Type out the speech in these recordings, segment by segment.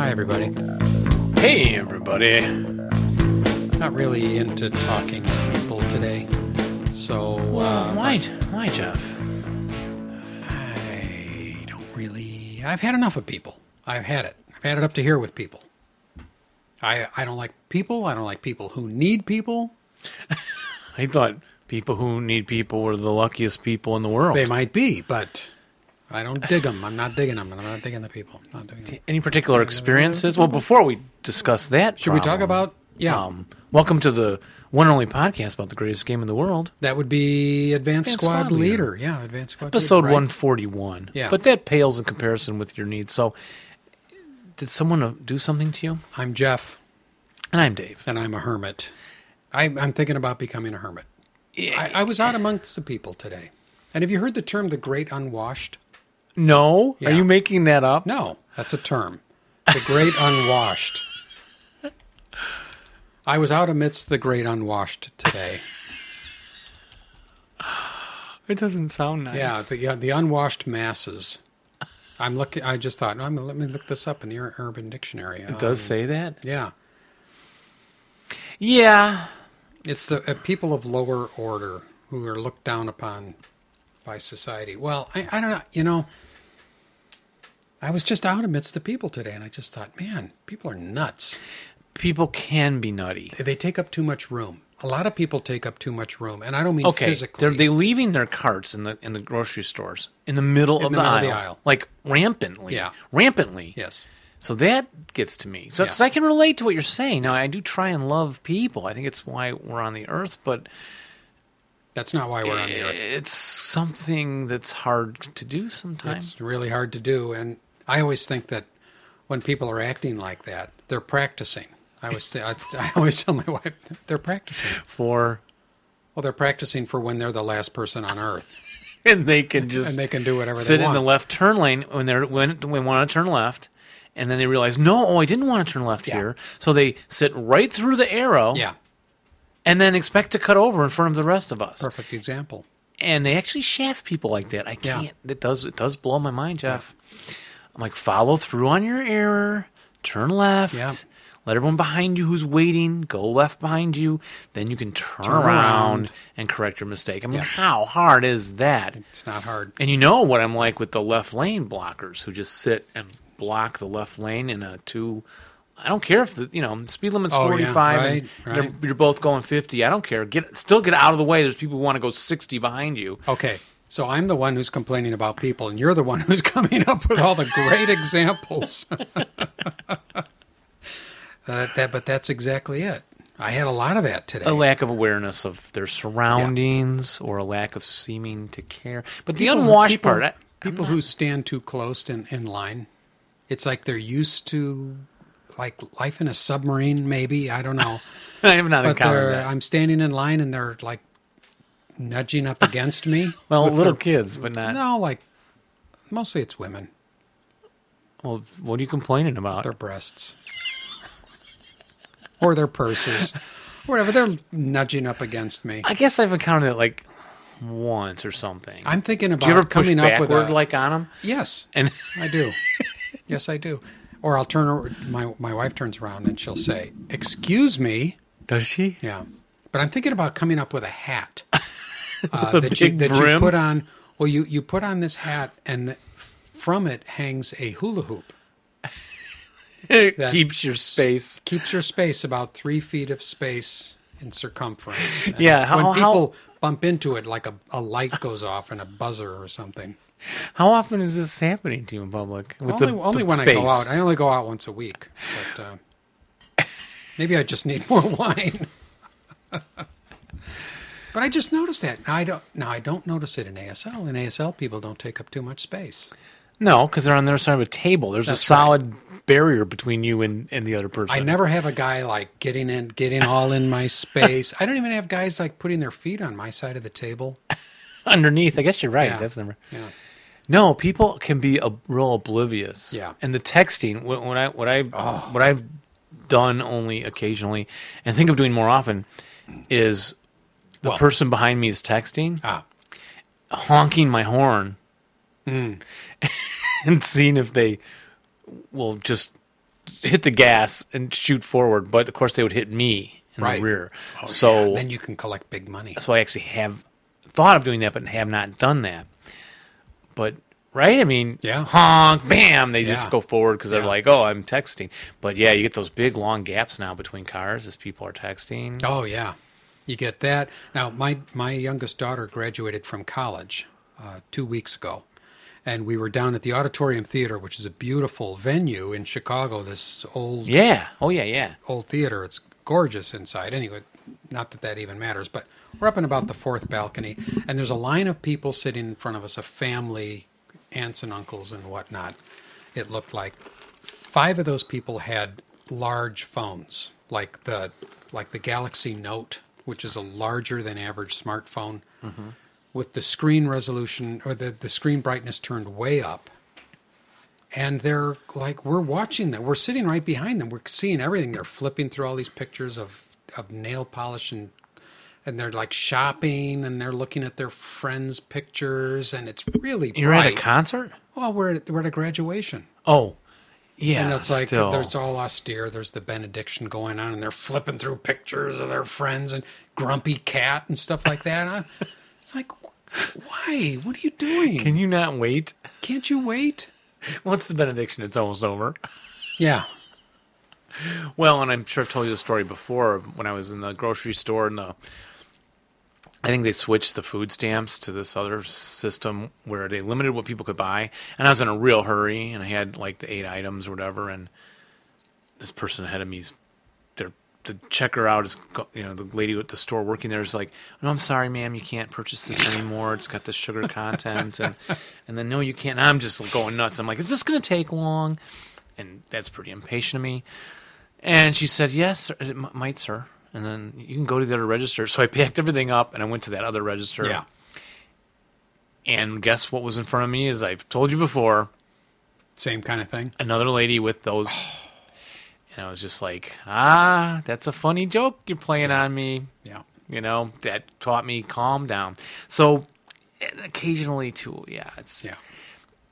everybody. Hey, everybody. Not really into talking to people today. So, uh, why, why, Jeff? I don't really. I've had enough of people. I've had it. I've had it up to here with people. I, I don't like people. I don't like people who need people. I thought people who need people were the luckiest people in the world. They might be, but I don't dig them. I'm not digging them, and I'm not digging the people. Not digging them. Any particular experiences? Well, before we discuss that, Should we talk about? Yeah, Um, welcome to the one and only podcast about the greatest game in the world, that would be advanced, Advanced squad, Squad leader. Yeah, advanced squad. episode leader, right? 141. Yeah. But that pales in comparison with your needs. So, did someone uh, do something to you? I'm Jeff, And I'm Dave. and I'm a hermit. I, I'm thinking about becoming a hermit. Yeah. I, I was out amongst the people today, and have you heard the term "the great unwashed"? No? Yeah. Are you making that up? No, that's a term. The great unwashed. I was out amidst the great unwashed today. It doesn't sound nice. Yeah, the yeah, the unwashed masses. I'm looking. I just thought, I'm, let me look this up in the Ur- Urban Dictionary. Um, it does say that. Yeah, Yeah. it's the uh, people of lower order who are looked down upon by society. Well, I, I don't know. You know, I was just out amidst the people today, and I just thought, man, people are nuts. People can be nutty. They take up too much room. A lot of people take up too much room, and I don't mean Okay, physically. they're they leaving their carts in the in the grocery stores in the middle of the the, middle of the aisles, aisle. like rampantly, Yeah. rampantly. yes. So that gets to me. So 'cause Yeah. I can relate to what you're saying. Now I do try and love people. I think it's why we're on the earth, but That's not why we're on the earth. it's something that's hard to do sometimes. It's really hard to do, and I always think that when people are acting like that, they're practicing. I always, I, I always tell my wife they're practicing. For Well, they're practicing for when they're the last person on Earth, and they can just and they can do whatever sit they in want. the left turn lane when they're when when they want to turn left, and then they realize no, oh, I didn't want to turn left Yeah. here. So they sit right through the arrow, yeah, and then expect to cut over in front of the rest of us. perfect example. And they actually shaft people like that. I Yeah. can't. It does. It does blow my mind, Jeff. I'm like, follow through on your error. Turn left. Yeah. Let everyone behind you who's waiting go left behind you. Then you can turn, Turn around, around. and correct your mistake. I mean, how hard is that? It's not hard. And you know what I'm like with the left lane blockers who just sit and block the left lane in a two. I don't care if the you know speed limit's Oh, yeah, 45 right, and you're- right. You're, both going 50. I don't care. Get still get out of the way. There's people who want to go 60 behind you. Okay, so I'm the one who's complaining about people, and you're the one who's coming up with all the great examples. Uh, that, but that's exactly it. I had a lot of that today. A lack of awareness of their surroundings or a lack of seeming to care. But the unwashed people, part, I, people who stand too close in, in line, it's like they're used to like life in a submarine. Maybe I don't know, I have not but encountered they're that. I'm standing in line and they're like nudging up against me. Well, with little their- kids, but not. no, like mostly it's women. Well, what are you complaining about? Their breasts or their purses, whatever. They're nudging up against me. I guess I've encountered it like once or something. I'm thinking about Do you ever push coming up with backward a, like on them? yes. And I do. yes, I do. Or I'll turn over, my my wife turns around and she'll say, "Excuse me." Does she? Yeah, but I'm thinking about coming up with a hat uh, a that, you, big that you brim? put on. Well, you you put on this hat, and from it hangs a hula hoop. Keeps your space. Keeps your space about three feet of space in circumference. And Yeah, how- uh, when how- people bump into it, like a, a light goes off and a buzzer or something. How often is this happening to you in public? With only the- only the when I go space? out. I only go out once a week. But uh, maybe I just need more wine. but I just noticed that. Now I don't. Now I don't notice it in ASL. In ASL, people don't take up too much space. No, because they're on the other side of a table. There's a That's right. solid barrier between you and, and the other person. I never have a guy like getting in, getting all in my space. I don't even have guys like putting their feet on my side of the table. Underneath, I guess you're right. Yeah. That's never. Yeah. No, people can be a, real oblivious. Yeah. Oh. And the texting, what, what I what I what I've done only occasionally, and think of doing more often, is the Well- person behind me is texting. Ah. honking my Mm. horn and seeing if they will just hit the gas and shoot forward, but of course they would hit me in Right. Oh, the rear. Yeah, so then you can collect big money. so I actually have thought of doing that, but have not done that. But right, I mean, Yeah. honk, bam, they just Yeah. go forward because they're Yeah. like, oh, I'm texting. But yeah, you get those big long gaps now between cars as people are texting. Oh yeah, you get that. Now my my youngest daughter graduated from college uh, two weeks ago, and we were down at the Auditorium Theater, which is a beautiful venue in Chicago. This old Yeah. Oh yeah, yeah. old theater. It's gorgeous inside. Anyway, not that that even matters, but we're up in about the fourth balcony, and there's a line of people sitting in front of us, a family, aunts and uncles and whatnot. It looked like five of those people had large phones, like the like the Galaxy Note, which is a larger than average smartphone, Mm-hmm. with the screen resolution or the, the screen brightness turned way up and they're like we're watching them we're sitting right behind them we're seeing everything they're flipping through all these pictures of of nail polish and and they're like shopping and they're looking at their friends pictures and it's really You're at bright. a concert. well we're at, we're at a graduation Oh, yeah. and it's like still. there's all austere there's the benediction going on and they're flipping through pictures of their friends and grumpy cat and stuff like that And I- it's like why what are you doing Can you not wait? can't you wait Once the benediction, it's almost over. yeah Well, and I'm sure I've told you the story before when I was in the grocery store and the I think they switched the food stamps to this other system where they limited what people could buy. And I was in a real hurry and I had like the eight items or whatever and this person ahead of me's they're the checker out is go- you know the lady at the store working there is like no i'm sorry ma'am you can't purchase this anymore it's got the sugar content and and then no you can't i'm just going nuts i'm like is this going to take long and that's pretty impatient of me and she said, "Yes, sir, it m- might, sir." And then you can go to the other register. So I packed everything up and I went to that other register. yeah And guess what was in front of me? As I've told you before, same kind of thing another lady with those. and I was just like, "Ah, that's a funny joke you're playing on me." yeah You know that taught me calm down. So and occasionally too, yeah. It's yeah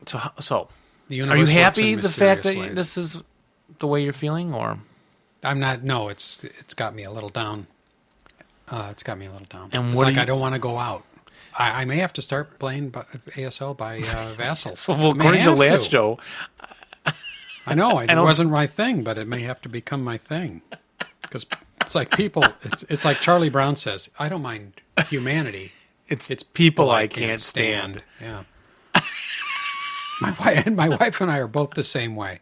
so. ho- So The are universe you works happy in the fact mysterious ways. that this is the way you're feeling, or I'm not? No, it's it's got me a little down. Uh, it's got me a little down. And it's what do like you- I don't want to go out. I, I may have to start playing by, ASL by uh, Vassal. so? Well, I may according to have last Joe, I know I, it don't- wasn't my thing, but it may have to become my thing because it's like people. It's, it's like Charlie Brown says. I don't mind humanity. it's it's people I, I can't, stand. Yeah. my wife and my wife and I are both the same way.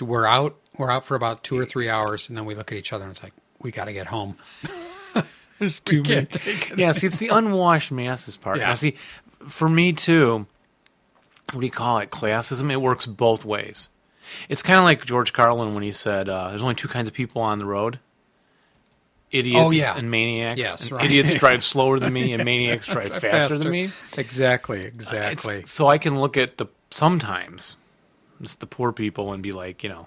We're out. We're out for about two or three hours, and then we look at each other and it's like, we got to get home. There's too many. can't take Yeah, see, it's the unwashed masses part. Yeah. Now, see, for me too, what do you call it? Classism. It works both ways. It's kind of like George Carlin when he said, uh, "There's only two kinds of people on the road: idiots Oh, yeah. and maniacs. Yes, and right. Idiots drive slower than me, and maniacs drive faster, than me. Exactly, It's- exactly. so I can look at the sometimes it's the poor people and be like, you know,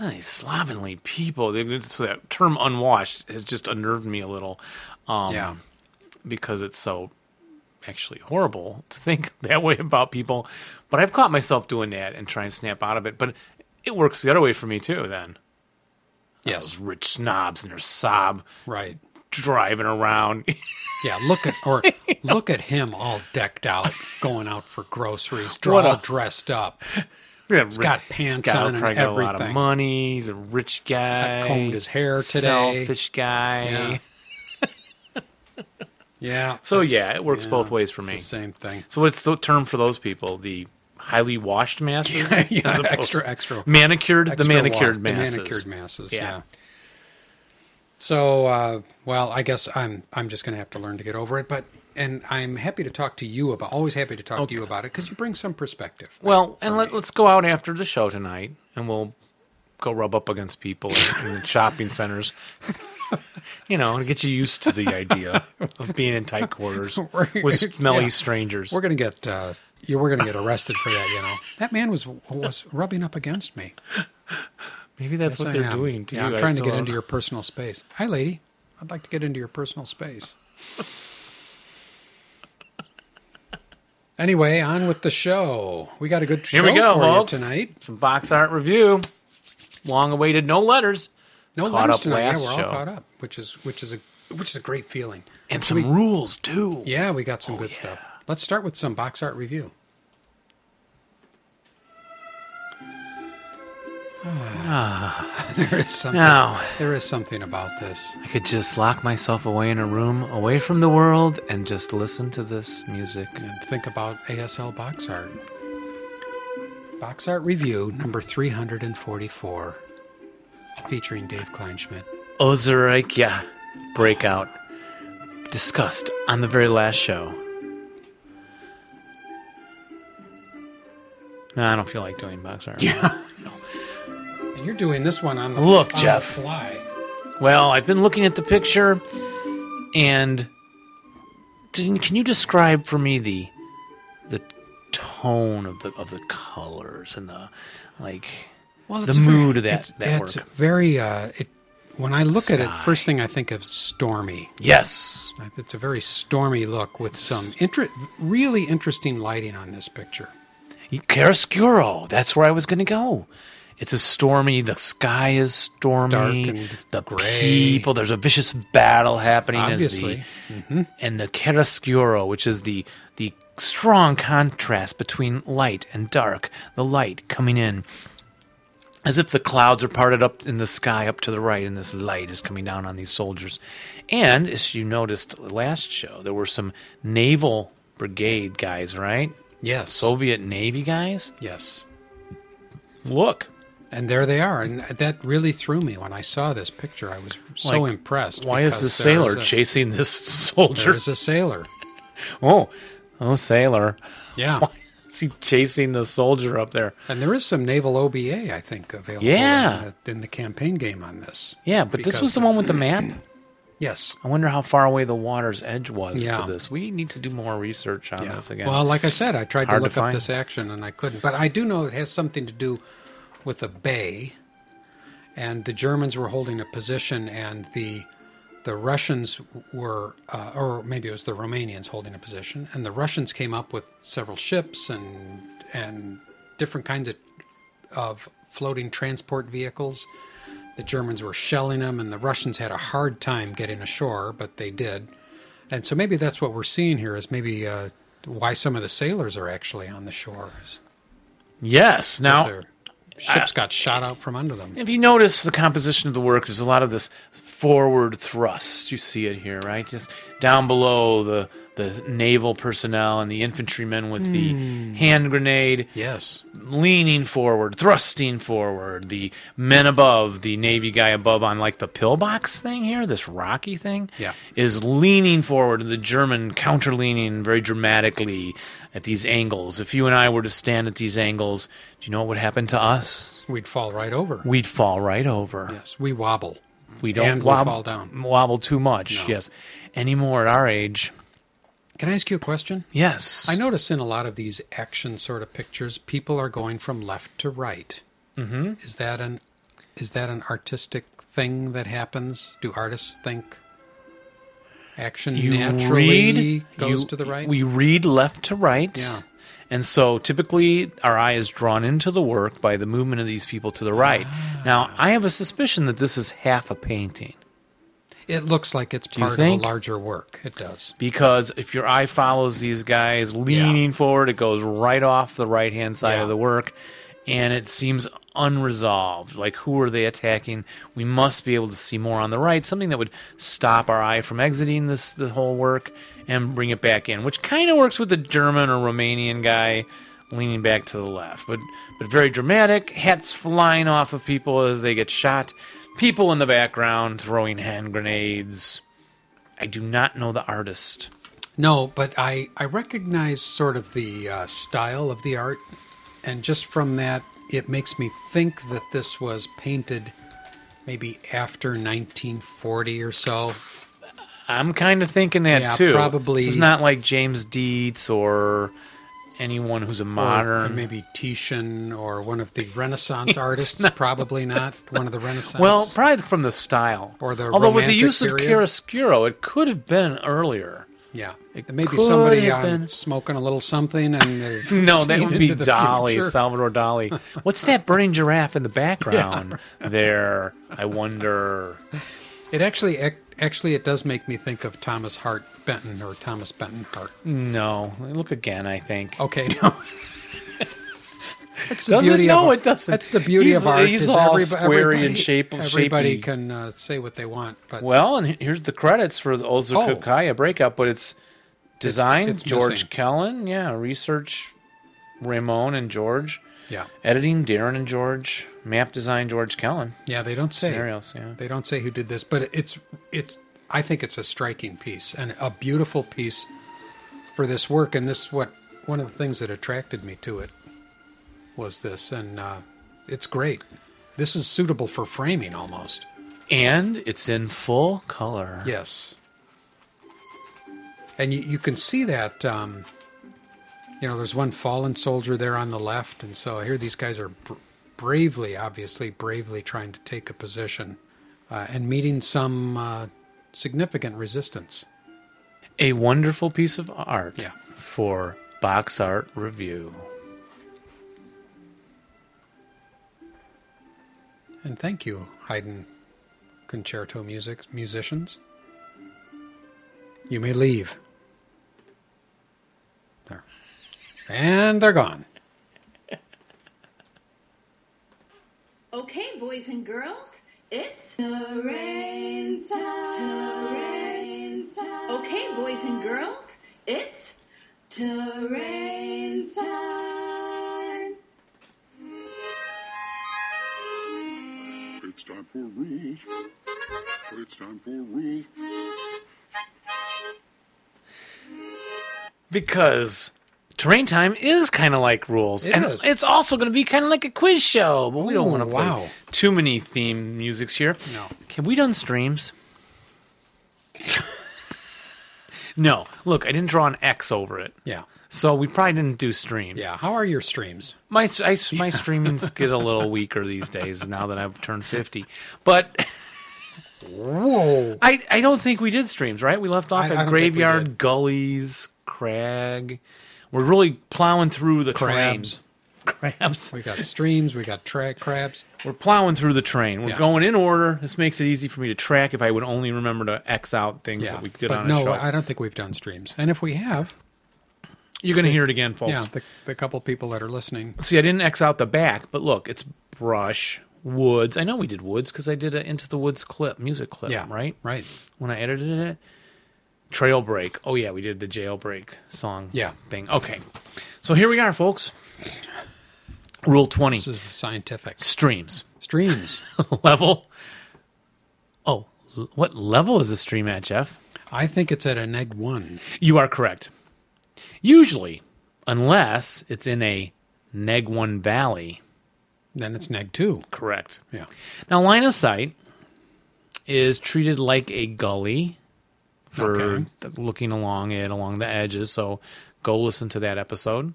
"Ah, these slovenly people. They- So that term "unwashed" has just unnerved me a little. Um, yeah. because it's so actually horrible to think that way about people. But I've caught myself doing that and trying to snap out of it. But it works the other way for me too. Then Yes. those rich snobs and their sob Right. driving around. Yeah. Look at or look at him all decked out, going out for groceries, What all a- dressed up, He's got pants on and probably got a lot of everything. money. He's a rich guy. combed his hair today. Selfish guy. Yeah. Yeah. So it's- yeah, it works yeah, both ways for it's me. The same thing. So what's the term for those people? The highly washed masses, Yeah, As opposed- extra, extra. manicured, the Extra manicured walk- masses. The manicured masses. Yeah. Yeah. So, uh, well, I guess I'm I'm just going to have to learn to get over it. But and I'm happy to talk to you about. Always happy to talk to you about it because you bring some perspective. Well, and let, let's go out after the show tonight, and we'll go rub up against people in, in the shopping centers. you know, to get you used to the idea of being in tight quarters We're- with smelly yeah. strangers. We're gonna get uh, you. We're gonna get arrested for that. You know, that man was was rubbing up against me. Maybe that's what I they're am. doing to uh, yeah, you. I'm I trying to still get don't into know. your personal space. Hi, lady. I'd like to get into your personal space. anyway, on with the show. We got a good Here show we go, for folks. you tonight. Some box art review. long awaited no letters. No Caught letters up tonight. Yeah, last we're all show. caught up, which is which is a which is a great feeling. And some rules too. Yeah, we Oh, got some good stuff. Let's start with some box art review. Ah, there is something. Now There is something about this. I could just lock myself away in a room, away from the world, and just listen to this music. And think about ASL box art. Box art review number 344, featuring Dave Kleinschmidt. Ozarkia breakout discussed on the very last show. No, I don't feel like doing box art. Yeah. And you're doing this one on the Look, on the Jeff. fly. Well, I've been looking at the picture, and Dean, can you describe for me the the tone of the of the colors and the like? Well, the mood of that- it's, that it's work. very. Uh, it, when I look at it, Sky. first thing I think of stormy. Yes, It's a very stormy look with some inter- really interesting lighting on this picture. chiaroscuro. That's where I was going to go. It's a stormy. The sky is stormy. Dark and the gray. people. There's a vicious battle happening. Obviously. Mm-hmm. As the, And the chiaroscuro, which is the the strong contrast between light and dark. The light coming in. As if the clouds are parted up in the sky up to the right, and this light is coming down on these soldiers. And as you noticed last show, there were some naval brigade guys, right? Yes. Soviet Navy guys? yes. Look. And there they are, and that really threw me when I saw this picture. I was so Like, impressed. Why is because this there sailor a- chasing this There soldier? is a sailor. Oh, oh, sailor. Yeah, Why is he chasing the soldier up there? and there is some naval OBA I think available. Yeah. in the, in the campaign game on this. Yeah, but this Because was the the- one with the map. Yes. I wonder how far away the water's edge was Yeah. to this. We need to do more research on Yeah. this again. Well, like I said, I tried to Hard to look up find. this action and I couldn't. But I do know it has something to do with a bay, and the Germans were holding a position, and the the Russians were, uh, or maybe it was the Romanians holding a position, and the Russians came up with several ships and and different kinds of of floating transport vehicles. The Germans were shelling them, and the Russians had a hard time getting ashore, but they did. And so maybe that's what we're seeing here is maybe uh, why some of the sailors are actually on the shore. is yes. Now, Their ships got shot out from under them. If you notice the composition of the work, there's a lot of this forward thrust. You see it here, right? Just down below the the naval personnel and the infantrymen with the hand grenade Yes. leaning forward, thrusting forward. The men above, the navy guy above on like the pillbox thing here, this rocky thing, Yeah. is leaning forward, and the German counter leaning very dramatically at these angles. If you and I were to stand at these angles, do you know what would happen to us? We'd fall right over. we'd fall right over. Yes. We wobble. We don't And we wob- fall down. wobble too much. Yes, anymore at our age. Can I ask you a question? Yes, I notice in a lot of these action sort of pictures, people are going from left to right. Mm-hmm. Is that an is that an artistic thing that happens? Do artists think action You naturally read goes you- to the right? We read left to right. Yeah. And so typically our eye is drawn into the work by the movement of these people to the right. Ah. Now, I have a suspicion that this is half a painting. it looks like it's you part think? of a larger work. It does. because if your eye follows these guys leaning forward, it goes right off the right hand side Yeah. of the work, and it seems unresolved. Like who are they attacking? We must be able to see more on the right, something that would stop our eye from exiting this the whole work and bring it back in, which kind of works with the German or Romanian guy leaning back to the left, but but very dramatic, hats flying off of people as they get shot, people in the background throwing hand grenades. I do not know the artist. No, but I, I recognize sort of the uh, style of the art, and just from that, it makes me think that this was painted maybe after 1940 or so. I'm kind of thinking that Yeah, too. probably- It's not like James Dietz or anyone who's a Or modern. maybe Titian or one of the Renaissance artists. probably not one of the Renaissance. well, probably from the style. Or the Although with the Romantic use of period. chiaroscuro, it could have been earlier. Yeah, It there may be could somebody have um, been. smoking a little something, and they've No, that seen would be into the Dolly, future. Salvador Dali. What's that burning giraffe in the background there? I wonder. It actually, ac- actually, it does make me think of Thomas Hart Benton or Thomas Benton Hart. No, look again. I think Okay, no. That's the Doesn't- beauty no, of, it doesn't. That's the beauty He's- of art. he's is all everyb- squarey and everybody- shape- Everybody shapey. can uh, say what they want, but Well, and he- here's the credits for the Oh. Ozukukaya breakup, but it's designed it's George missing. Kellen, yeah, research Ramon and George, yeah, editing Darren and George, map design George Kellen. yeah, they don't say. Scenarios, yeah. They don't say who did this, but it's it's. I think it's a striking piece and a beautiful piece for this work. And this what one of the things that attracted me to it was this, and uh, it's great. This is suitable for framing almost. And it's in full color. Yes. And you, you can see that, um, you know, there's one fallen soldier there on the left. And so I hear these guys are br- bravely, obviously, bravely trying to take a position uh, and meeting some uh, significant resistance. A wonderful piece of art Yeah. for box art review. And thank you, Haydn concerto music musicians. You may leave. There. And they're gone. Okay, boys and girls, it's terrain time. Terrain time. Okay, boys and girls, it's terrain time. It's time for rules. It's time for rules. Because terrain time is kind of like rules It and is. it's also going to be kind of like a quiz show but we don't Ooh, want to play wow. too many theme musics here No. have we done streams no look i didn't draw an x over it Yeah. so we probably didn't do streams Yeah. How are your streams? my s- I s- my streamings get a little weaker these days now that i've turned 50 but Whoa. i i don't think we did streams right we left off I- I at don't think we graveyard did. gullies crag we're really plowing through the Crabs. trains crabs We got streams. We got tra- crabs. We're plowing through the train. We're Yeah. going in order. This makes it easy for me to track if I would only remember to X out things Yeah, that we did but on a no, show. I don't think we've done streams. And if we have, You're going to hear it again, folks. yeah, the, the couple people that are listening, See, I didn't X out the back, but look, it's brush, woods. I know we did woods because I did an Into the Woods clip, music clip, yeah, right? right, When I edited it. Trail break. Oh, yeah, we did the jailbreak song Yeah. thing. Okay. So here we are, folks. Rule 20 this is scientific streams. streams. level. Oh, l- what level is the stream at, Jeff? I think it's at a neg one. You are correct. Usually, unless it's in a neg one valley. Then it's neg two. Correct. Yeah, Now, line of sight is treated like a gully for Okay. th- looking along it, along the edges. So go listen to that episode.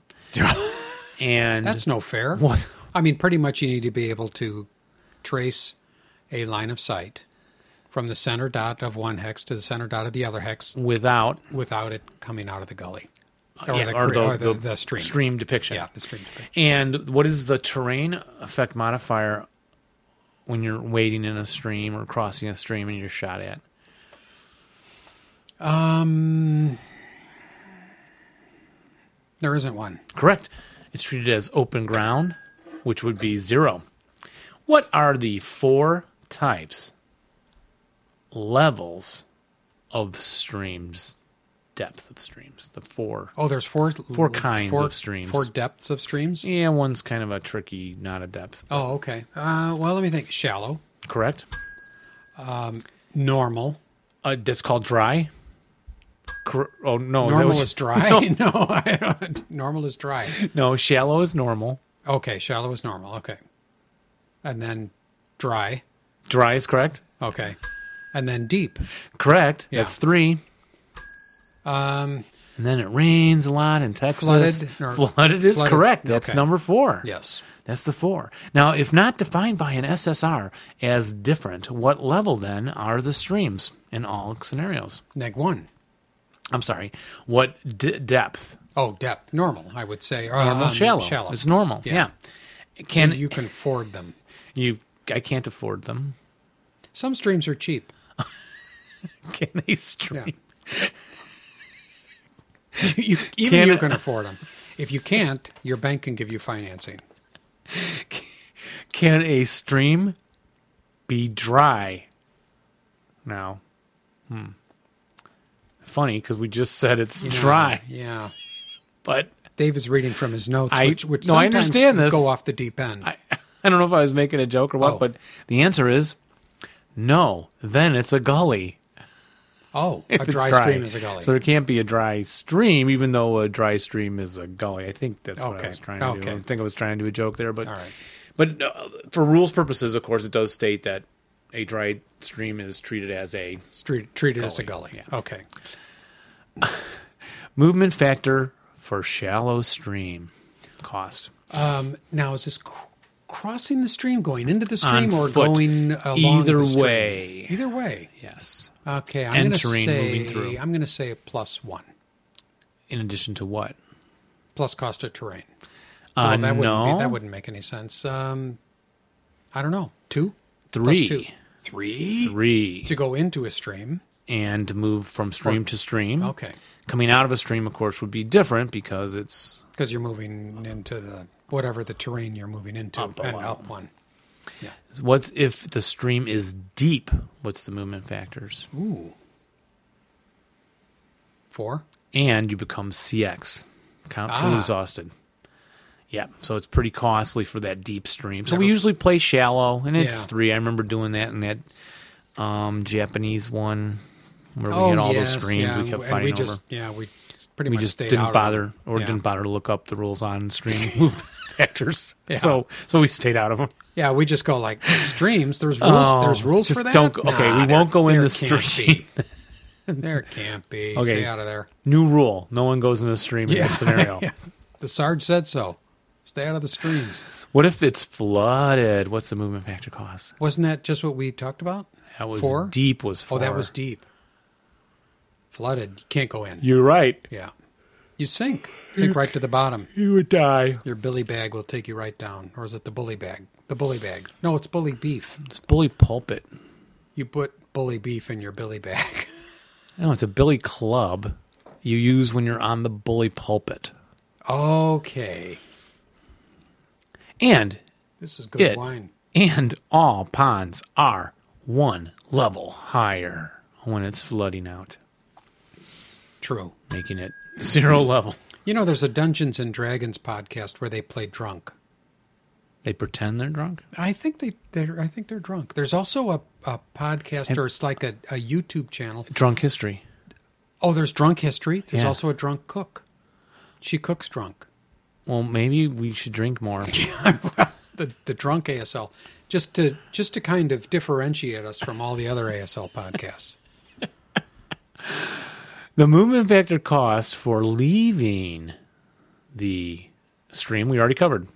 and that's no fair. What? I mean, pretty much you need to be able to trace a line of sight from the center dot of one hex to the center dot of the other hex without without it coming out of the gully yeah, cre- or the, the stream. stream depiction. Yeah, the stream. And what is the terrain effect modifier when you're wading in a stream or crossing a stream and you're shot at? There isn't one. Correct. It's treated as open ground, which would be zero. What are the four types, levels of streams, depth of streams? The four. Oh, there's four Four kinds of streams. Four depths of streams. Yeah, one's kind of a tricky, not a depth. Oh, okay. Uh, well, let me think. Shallow, Correct. normal. Uh, that's called dry. Cor- oh no, is that normal what is dry. No, I don't. Normal is dry. you- no shallow is normal. Okay, shallow is normal. Okay, and then dry. Dry is correct. Okay, and then deep. Correct. Yeah. That's three. Um, And then it rains a lot in Texas. Flooded or- Flooded is flooded. correct. That's Okay. number four. yes. That's the four. Now, if not defined by an SSR as different, what level then are the streams in all scenarios? Neg one. I'm sorry, what d- depth? Oh, depth, normal, I would say. Or, Normal, um, shallow. Shallow. It's normal. Yeah. Yeah. Can you can ford them. you? I can't afford them. Some streams are cheap. Can I stream? you, even Can- you can afford them. If you can't, your bank can give you financing. Can a stream be dry? Now, hmm. Funny because we just said it's dry, Uh, Yeah. but Dave is reading from his notes, I- which, which no, I sometimes understand this. go off the deep end. I, I don't know if I was making a joke or what. Oh. But the answer is no. Then it's a gully. oh, a if it's dry, stream is a gully. So there can't be a dry stream, even though a dry stream is a gully. I think that's what I Okay. was trying to do. Okay. I think I was trying to do a joke there, but All right. but uh, for rules purposes, of course, it does state that a dry stream is treated as a Street, treated as a gully. Okay. movement factor for shallow stream cost. Now, is this cr- crossing the stream, going into the On stream, or foot. going along Either the stream? way. Either way. Yes. Okay. I'm gonna Entering, say, moving through. I'm going to say a plus one, In addition to what? plus cost of terrain. well, Uh, that wouldn't no. be, that wouldn't make any sense. Um, I don't know. Two, Plus Three. two. three, Three. to go into a stream. And move from stream to stream. Okay, Coming out of a stream, of course, would be different because it's because you're moving into the whatever the terrain you're moving into Up a and lot. up one. What's if the stream is deep? What's the movement factors? Ooh, four. And you become CX, count Ah. fuel exhausted. Yeah, so it's pretty costly for that deep stream. So we Never- usually play shallow, and it's Yeah. three. I remember doing that in that um, Japanese one where we oh, had all yes, the streams yeah, we kept and fighting we over. just, Yeah, we just pretty we much just stayed out didn't of bother, it. or yeah. didn't bother to look up the rules on stream movement factors. Yeah. So so we stayed out of them. Yeah, we just go like streams. There's rules. Oh, there's rules just for that. don't go- okay, we won't go in there the can't stream. be. there can't be. Okay. Stay out of there. New rule: no one goes in the stream in Yeah. this scenario. The Sarge said so. Stay out of the streams. What if it's flooded? What's the movement factor cost? Wasn't that just what we talked about? That was Four? deep. Was four. Oh, that was deep. Flooded. You can't go in. You're right. yeah. You sink. Sink right to the bottom. You would die. Your billy bag will take you right down. Or is it the bully bag? The bully bag. No, it's bully beef. It's bully pulpit. You put bully beef in your billy bag. No, it's a billy club you use when you're on the bully pulpit. okay. And This is good it wine. and all ponds are one level higher when it's flooding out, True. making it zero level. You know, there's a Dungeons and Dragons podcast where they play drunk. They pretend they're drunk. I think they, they're. I think they're drunk. There's also a, a podcast, or it's like a, a YouTube channel. Drunk history. Oh, there's drunk history. There's Yeah. also a drunk cook. She cooks drunk. Well, maybe we should drink more. The the drunk ASL, just to just to kind of differentiate us from all the other ASL podcasts. The movement factor cost for leaving the stream we already covered.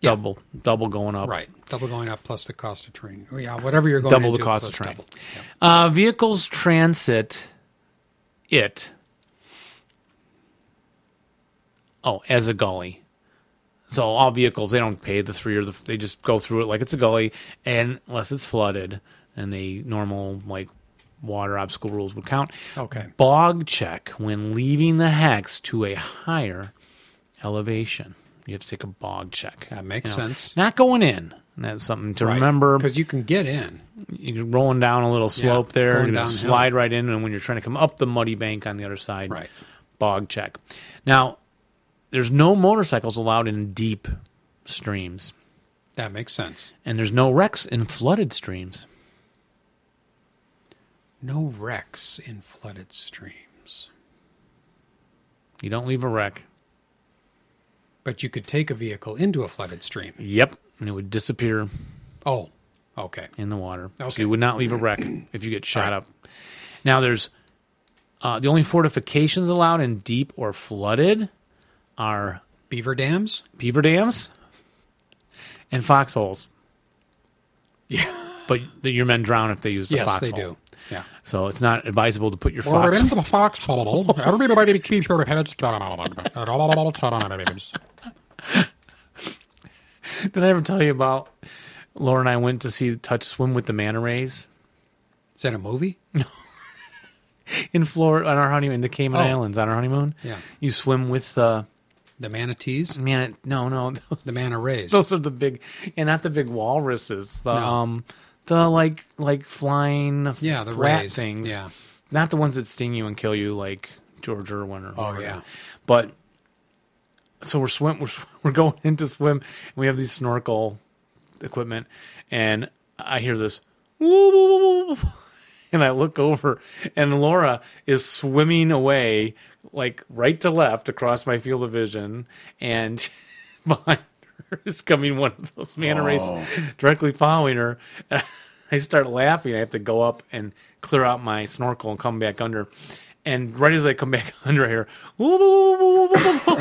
Double, double going up. Right, double going up plus the cost of train. Oh, Yeah, whatever you're going Double the into, cost of plus train. double. Mm-hmm. Yeah. Uh, vehicles transit it. Oh, as a gully. So all vehicles they don't pay the three or the they just go through it like it's a gully, and unless it's flooded, and the normal like water obstacle rules would count. Okay. Bog check when leaving the hex to a higher elevation. You have to take a bog check. That makes sense. Not going in. And that's something to remember because you can get in. you're rolling down a little slope there, going you're gonna downhill. slide right in, and when you're trying to come up the muddy bank on the other side, Right. bog check. Now, there's no motorcycles allowed in deep streams, That makes sense. and there's no wrecks in flooded streams. No wrecks in flooded streams, You don't leave a wreck. but you could take a vehicle into a flooded stream. Yep, and it would disappear Oh, okay. in the water. So Okay. you would not leave a wreck if you get shot up. Now there's uh, the only fortifications allowed in deep or flooded are Beaver dams. beaver dams and foxholes. Yeah. But th- your men drown if they use the yes, foxhole. they do. Yeah. So it's not advisable to put your Well, fox. into the fox hole. Everybody keep your heads down. Did I ever tell you about Laura and I went to see Touch Swim with the Manta Rays Is that a movie? in Florida on our honeymoon in the Cayman Oh. Islands on our honeymoon? Yeah. You swim with uh, The manatees, man. No, no, the manta rays. those are the big and not the big walruses. The um, the like like flying Yeah, the rat rays, things. yeah. not the ones that sting you and kill you like George Irwin or whoever. yeah. but so we're swim we're, sw- we're going in to swim and we have these snorkel equipment and I hear this "Woo, woo, woo, woo, woo," and I look over and Laura is swimming away like right to left across my field of vision and behind her is coming one of those manta rays directly following her and I start laughing I have to go up and clear out my snorkel and come back under and right as I come back under I hear "Woo, woo, woo, woo, woo, woo, woo."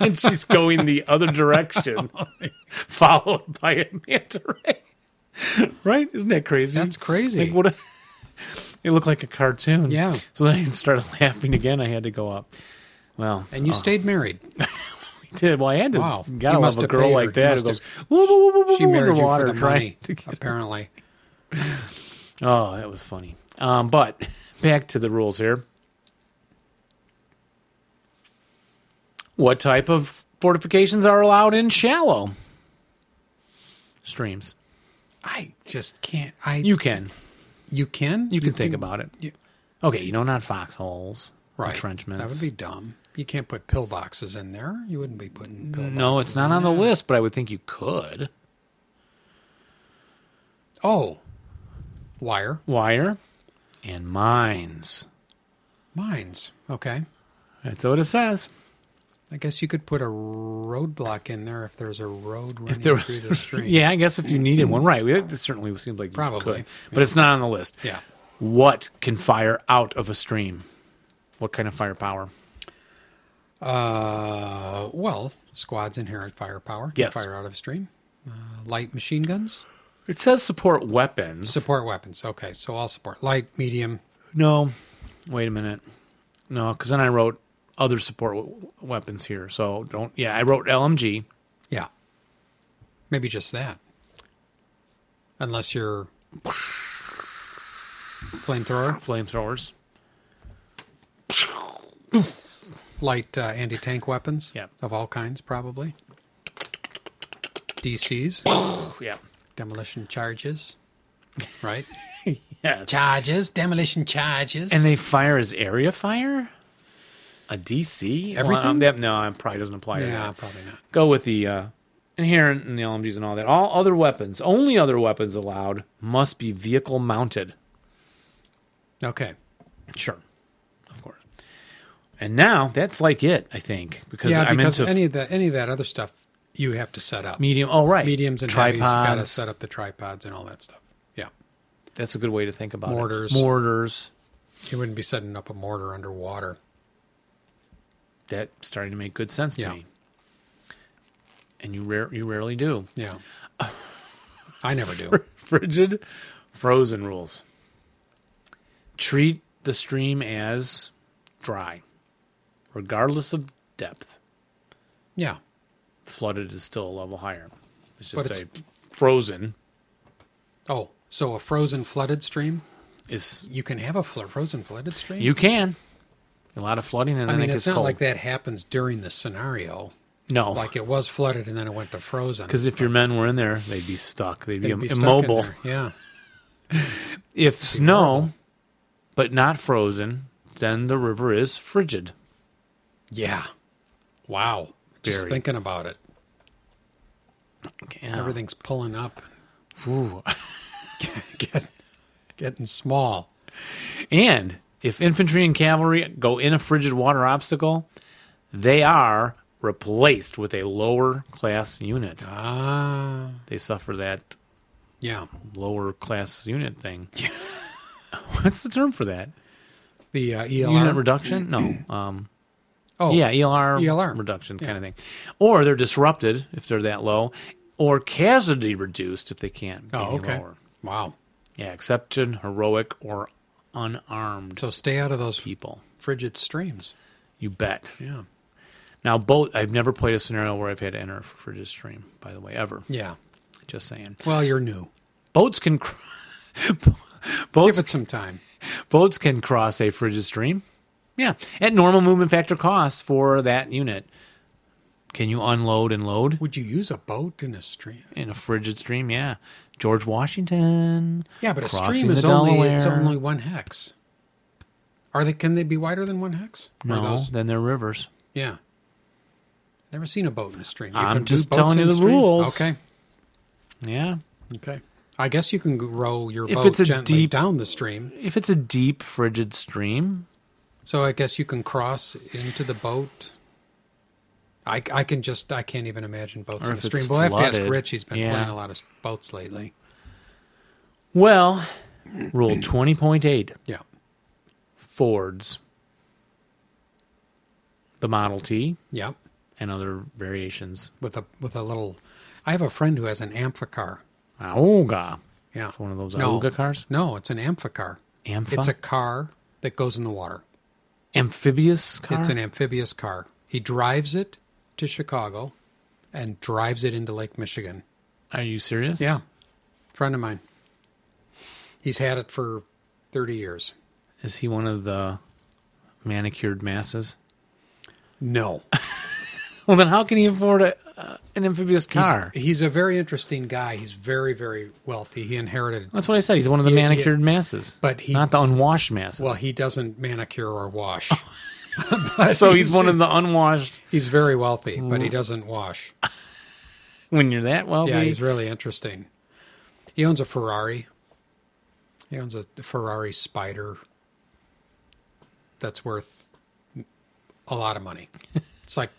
and she's going the other direction Oh followed by a manta ray. Right? Isn't that crazy? That's crazy. Like what? A, it looked like a cartoon. Yeah. So then I started laughing again. I had to go up. Well, and you oh, stayed married. I did. Well, I had to. Wow. Gotta You must love a have girl paid like her. You that who goes must woo, woo, woo, woo, She woo, married you for underwater the trying money, to get- apparently. Oh, that was funny. Um, but back to the rules here. What type of fortifications are allowed in shallow streams? I just can't. I you, You can. can You can think about it. you- okay, you know, not foxholes, right entrenchments. That would be dumb. You can't put pillboxes in there. You wouldn't be putting pillboxes. no, it's not in on the there. list, but I would think you could. Oh, wire Wire and mines. mines. Okay, That's what it says. I guess you could put a roadblock in there if there's a road running there- through the stream. Yeah, I guess if you needed one, right? It certainly seems like you Probably, could, but it's not on the list. yeah. What can fire out of a stream? What kind of firepower? Uh, well, squads inherent firepower. can Yes. fire out of stream. Uh, light machine guns, It says support weapons. support weapons. Okay, so all support light, medium, no, wait a minute. No, because then I wrote other support w- weapons here. So don't. Yeah, I wrote LMG. Yeah. Maybe just that. Unless you're flamethrower, flamethrowers. light uh, anti tank weapons Yeah. of all kinds, probably. DCs, Yeah. demolition charges, right? Yeah. Charges, demolition charges. And they fire as area fire? A DC? Well, Everything? um, that, no, it probably doesn't apply to yeah, that. probably not. Go with the uh, inherent and the LMGs and all that. All other weapons, only other weapons allowed, must be vehicle mounted. Okay. Sure. Of course. And now that's like it, I think, because Yeah, I'm because into any of that any of that other stuff you have to set up. medium. Oh, right. Mediums and heavies, you gotta tripods. set up the tripods and all that stuff. Yeah. That's a good way to think about Mortars. it. Mortars. You wouldn't be setting up a mortar underwater. That's starting to make good sense to Yeah. me. And you, rare, you rarely do. Yeah. I never do. frigid frozen rules treat the stream as dry regardless of depth Yeah. flooded is still a level higher it's just But it's- a frozen Oh, so a frozen flooded stream? is You can have a fl- frozen flooded stream? you can a lot of flooding and I then mean, it it's gets not cold like that happens during the scenario. no Like it was flooded and then it went to frozen. because if your men were in there they'd be stuck they'd, They'd be be, stuck in immobile there. Yeah. if snow but not frozen then the river is frigid Yeah. Wow. Just Very. thinking about it. Yeah. Everything's pulling up, Ooh. getting, getting small. And if infantry and cavalry go in a frigid water obstacle, they are replaced with a lower class unit. Ah, They suffer that yeah. lower class unit thing. What's the term for E that? The uh, ELR. Unit reduction? No. Um, oh, yeah, ELR, ELR. reduction kind of thing. Or they're disrupted if they're that low, or casualty reduced if they can't be Oh, any okay. lower. Wow. Yeah, exception, heroic, or unarmed So stay out of those people. frigid streams. You bet. Yeah. Now, both I've never played a scenario where I've had to enter for just stream. By the way, ever. Yeah. Just saying, Well, you're new. boats can cr- boats Give it some time. boats can cross a frigid stream. Yeah, at normal movement factor cost for that unit. Can you unload and load Would you use a boat in a stream? in a frigid stream? Yeah, George Washington. Yeah, but a crossing stream the is only it's Delaware. only one hex. Are they? Can they be wider than one hex? Or no. those- Then they're rivers. yeah. Never seen a boat in a stream. You I'm can do just boats telling in you a the stream? rules. Okay. Yeah, Okay. I guess you can g- row your If boat it's a gently deep- down the stream. if it's a deep frigid stream, So I guess you can cross into the boat. I, I can just I can't even imagine boats Or in a if it's stream. We'll have to ask flooded. Rich. He's been Yeah. playing a lot of s- boats lately. well, rule twenty point eight. Yeah. Fords, the Model T, Yeah. and other variations. With a with a little. I have a friend who has an amphicar. Auga. Yeah. It's one of those No. Auga cars. No, it's an amphicar. Ampha? It's a car that goes in the water. amphibious car. It's an amphibious car. He drives it to Chicago, and drives it into Lake Michigan. Are you serious? Yeah. Friend of mine. He's had it for 30 years. Is he one of the manicured masses? No. Well, then how can he afford a, uh, an amphibious car? He's, he's a very interesting guy. He's very, very wealthy. He inherited, That's what I said. He's one of the Yeah, yeah. manicured masses, But he- not the unwashed masses. well, he doesn't manicure or wash. But so he's one of the unwashed. He's very wealthy, but he Mm. doesn't wash. When you're that wealthy, Yeah, he's really interesting. He owns a Ferrari. He owns a Ferrari Spider that's worth a lot of money. It's like,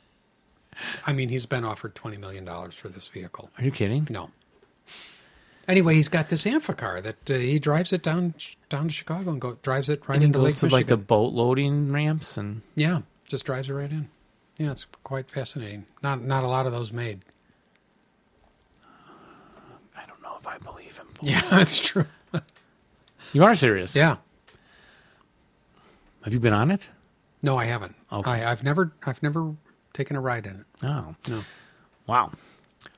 I mean, he's been offered $20 million for this vehicle. are you kidding? No. Anyway, he's got this Amphicar that uh, he drives it down down to Chicago and go drives it right And he into goes Lake to Michigan. like the boat loading ramps and yeah, just drives it right in. Yeah, it's quite fascinating. Not not a lot of those made. I don't know if I believe him. Folks. Yeah, that's true. You are serious. Yeah. Have you been on it? No, I haven't. Okay. I, I've never I've never taken a ride in it. Oh. No. Wow.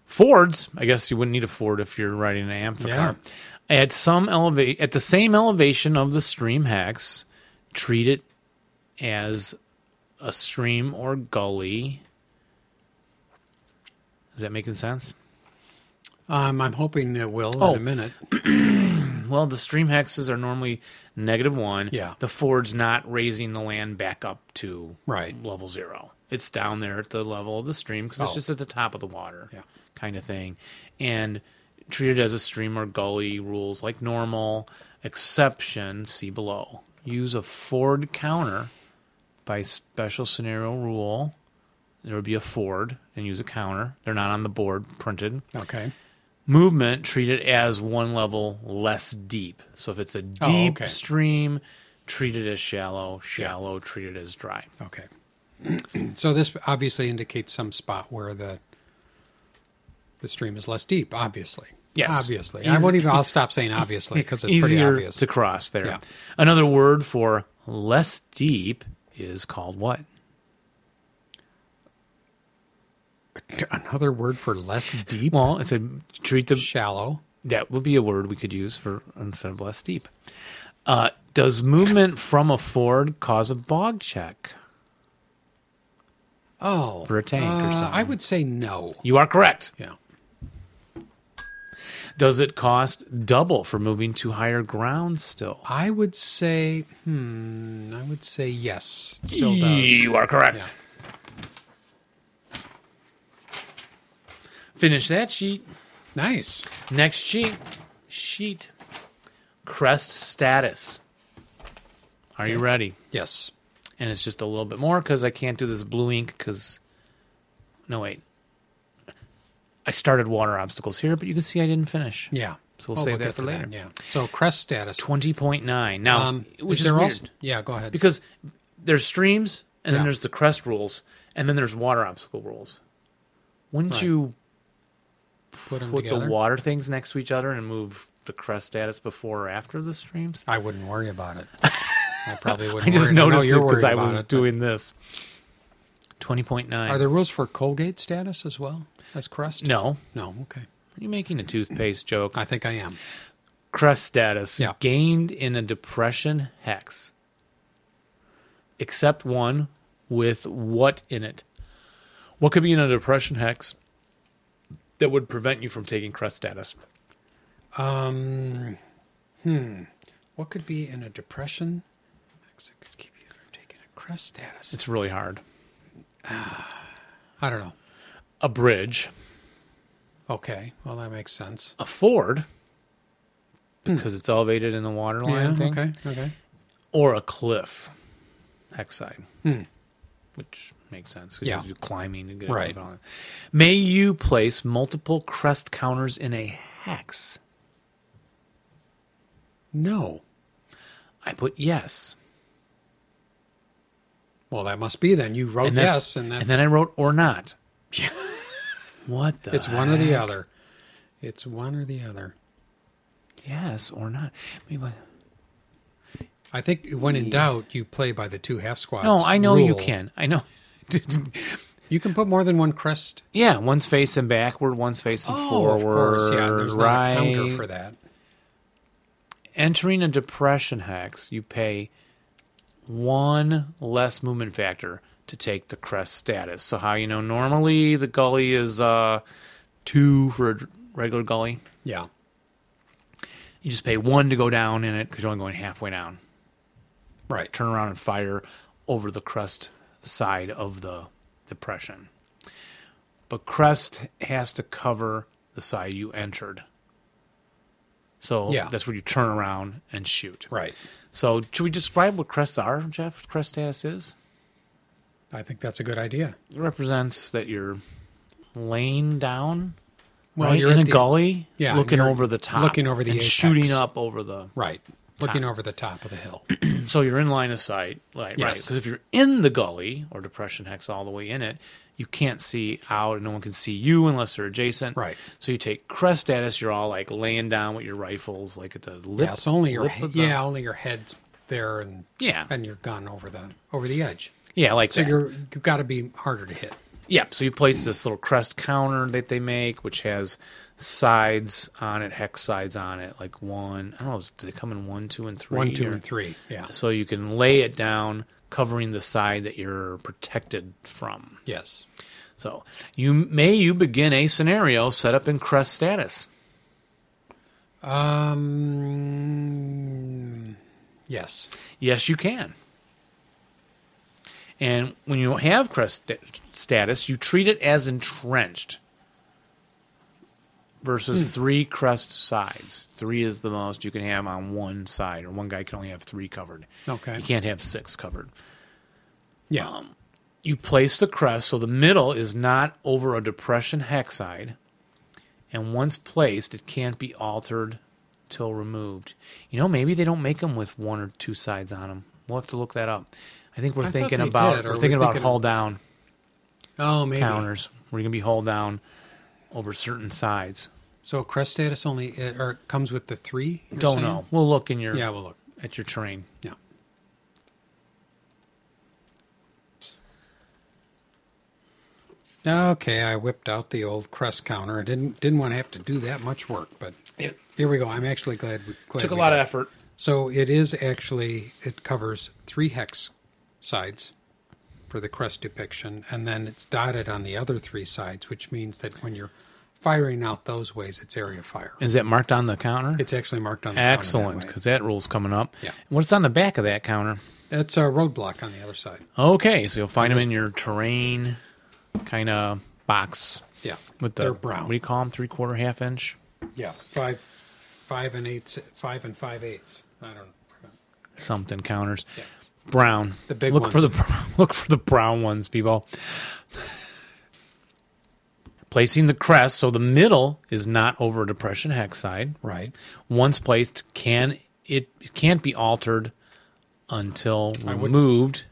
Fords, I guess you wouldn't need a Ford if you're riding an Amphicar. Yeah. At some elevate at the same elevation of the stream hex, treat it as a stream or gully. Is that making sense? Um, I'm hoping it will Oh. in a minute. Well, the stream hexes are normally negative one. Yeah. The Ford's not raising the land back up to Right. level zero. It's down there at the level of the stream because it's Oh. just at the top of the water, Yeah. kind of thing. And treated as a stream or gully rules like normal, exception, see below. Use a Ford counter by special scenario rule. There would be a Ford and use a counter. They're not on the board printed Okay. movement treat it as one level less deep. So if it's a deep Oh, okay. stream, treat it as shallow. Shallow, treat it as dry. Okay. so this obviously indicates some spot where the the stream is less deep. Obviously. Yes. Obviously. I won't even. I'll stop saying obviously because it's pretty Easier obvious. to cross there. Yeah. Another word for less deep is called what? Another word for less deep. Well, it's a treat the shallow. that would be a word we could use for instead of less deep. Uh, does movement from a Ford cause a bog check? Oh. For a tank or uh, I something. would say no. You are correct. Yeah. Does it cost double for moving to higher ground still? I would say. Hmm. I would say yes. It still does. You are correct. Finish that sheet. Nice. Next sheet. Sheet. Crest status. Are you ready? Yes. And it's just a little bit more because I can't do this blue ink because. No, wait. I started water obstacles here, but you can see I didn't finish. Yeah. So we'll get save that Oh, for to later. Yeah. So crest status. 20.9. Now, Um, is which is there weird. also? Yeah. Go ahead. because there's streams and Yeah. then there's the crest rules and then there's water obstacle rules. Wouldn't Right. you Put them put together. the water things next to each other and move the crest status before or after the streams? I wouldn't worry about it. I probably wouldn't. I just worry- no, noticed it you're because worried I about was it, but- doing this. Twenty point nine. Are there rules for Colgate status as well as crust? no? No. Okay. Are you making a toothpaste joke? I think I am. Crest status Yeah. gained in a depression hex. Except one with what in it? What could be in a depression hex that would prevent you from taking crest status? Um, hmm. What could be in a depression? Exit could keep you from taking a crest status. It's really hard. I don't know. A bridge, Okay. Well, that makes sense. a ford, because it's elevated in the water line. Hmm. Yeah. thing. Okay. Okay. or a cliff hex side, which makes sense because Hmm. Yeah. you have to do climbing and get a Right. cliff and all that. May you place multiple crest counters in a hex? No. I put yes, Well, that must be then. You wrote and then, yes, and that's and then I wrote or not. what the? it's one or the other. It's one or the other. Yes or not? Maybe I- I think when in doubt, you play by the two half squads. no, I know you rule. can. I know. You can put more than one crest. yeah, one's facing backward, one's facing Oh, forward. of course. Yeah, there's right. not a counter for that. entering a depression hex, you pay one less movement factor to take the crest status. So how you know normally the gully is uh, two for a d- regular gully. Yeah. You just pay one to go down in it because you're only going halfway down. Right. Turn around and fire over the crest side of the depression. But crest has to cover the side you entered. So Yeah. that's where you turn around and shoot. Right. So, should we describe what crests are, Jeff? Crest status is? I think that's a good idea. It represents that you're laying down Well, right, you're in at a the- gully, yeah, and looking you're over the top, looking over the and apex. shooting up over the. Right. Ah. Looking over the top of the hill. So you're in line of sight, like, right? Yes. Because if you're in the gully or depression hex all the way in it, you can't see out, and no one can see you unless they're adjacent. Right. So you take crest status. You're all like laying down with your rifles, like at the lip. Yes, only your lip he- of the- yeah, only your head's there and Yeah. and your gun over the over the edge. yeah, like So that. you're you've got to be harder to hit. Yeah, so you place this little crest counter that they make, which has sides on it, hex sides on it, like one. I don't know, do they come in one, two, and three? One, two, or- and three. Yeah. So you can lay it down, covering the side that you're protected from. Yes. So you may you begin a scenario set up in crest status. Um. Yes. Yes, you can. And when you have crest sta- status, you treat it as entrenched versus three crest sides. Three is the most you can have on one side, or one guy can only have three covered. Okay. You can't have six covered. Yeah. Um, You place the crest so the middle is not over a depression hex side, and once placed, it can't be altered till removed. You know, maybe they don't make them with one or two sides on them. We'll have to look that up. I think we're I thought thinking they about did, or we're we're thinking about thinking- hull down oh, maybe. counters. We're gonna be hull down over certain sides. So crest status only it, or it comes with the three. you're Don't saying? know. We'll look in your Yeah. Well, look. at your terrain. Yeah. Okay, I whipped out the old crest counter. I didn't didn't want to have to do that much work, but It here we go. I'm actually glad. We, glad took a we lot got of it. effort. So it is actually it covers three hex sides for the crest depiction, and then it's dotted on the other three sides, which means that when you're firing out those ways, it's area fire. Is that marked on the counter? It's actually marked on the counter that Excellent, way. because that rule's coming up. Yeah. And What's on the back of that counter? That's a roadblock on the other side. Okay, so you'll find them in your terrain kind of box Yeah, with the they're brown. What do you call them? Three quarter, half inch. Yeah, five, five and eight, five and five eighths. I don't. something counters. Brown. The big look for ones. the look for the brown ones, people. Placing the crest so the middle is not over a depression hex side. Right. Once placed, can it, it can't be altered until I would- removed.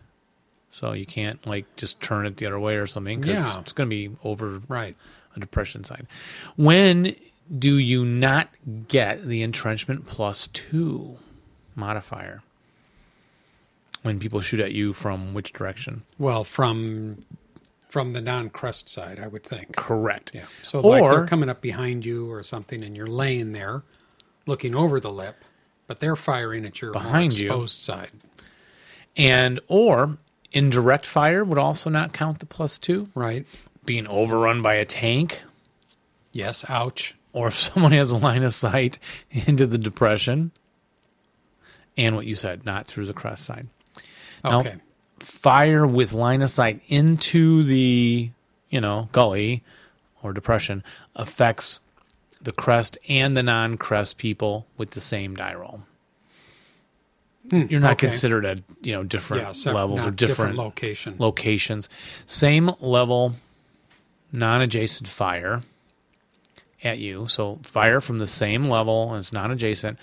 So you can't like just turn it the other way or something because Yeah. it's going to be over Right. a depression side. When do you not get the entrenchment plus two modifier when people shoot at you from which direction? Well, from from the non-crest side, I would think. Correct. Yeah. So like Or- they're coming up behind you or something, and you're laying there, looking over the lip, but they're firing at your more Behind you. exposed side. And or indirect fire would also not count the plus two. Right. Being overrun by a tank, Yes. Ouch. or if someone has a line of sight into the depression. And what you said, not through the crest side. Now, Okay. fire with line of sight into the you know gully or depression affects the crest and the non-crest people with the same die roll. You're not Hmm, okay. considered at you know different yeah. So levels not or different, location. locations. Same level, non-adjacent fire at you. So fire from the same level and it's non-adjacent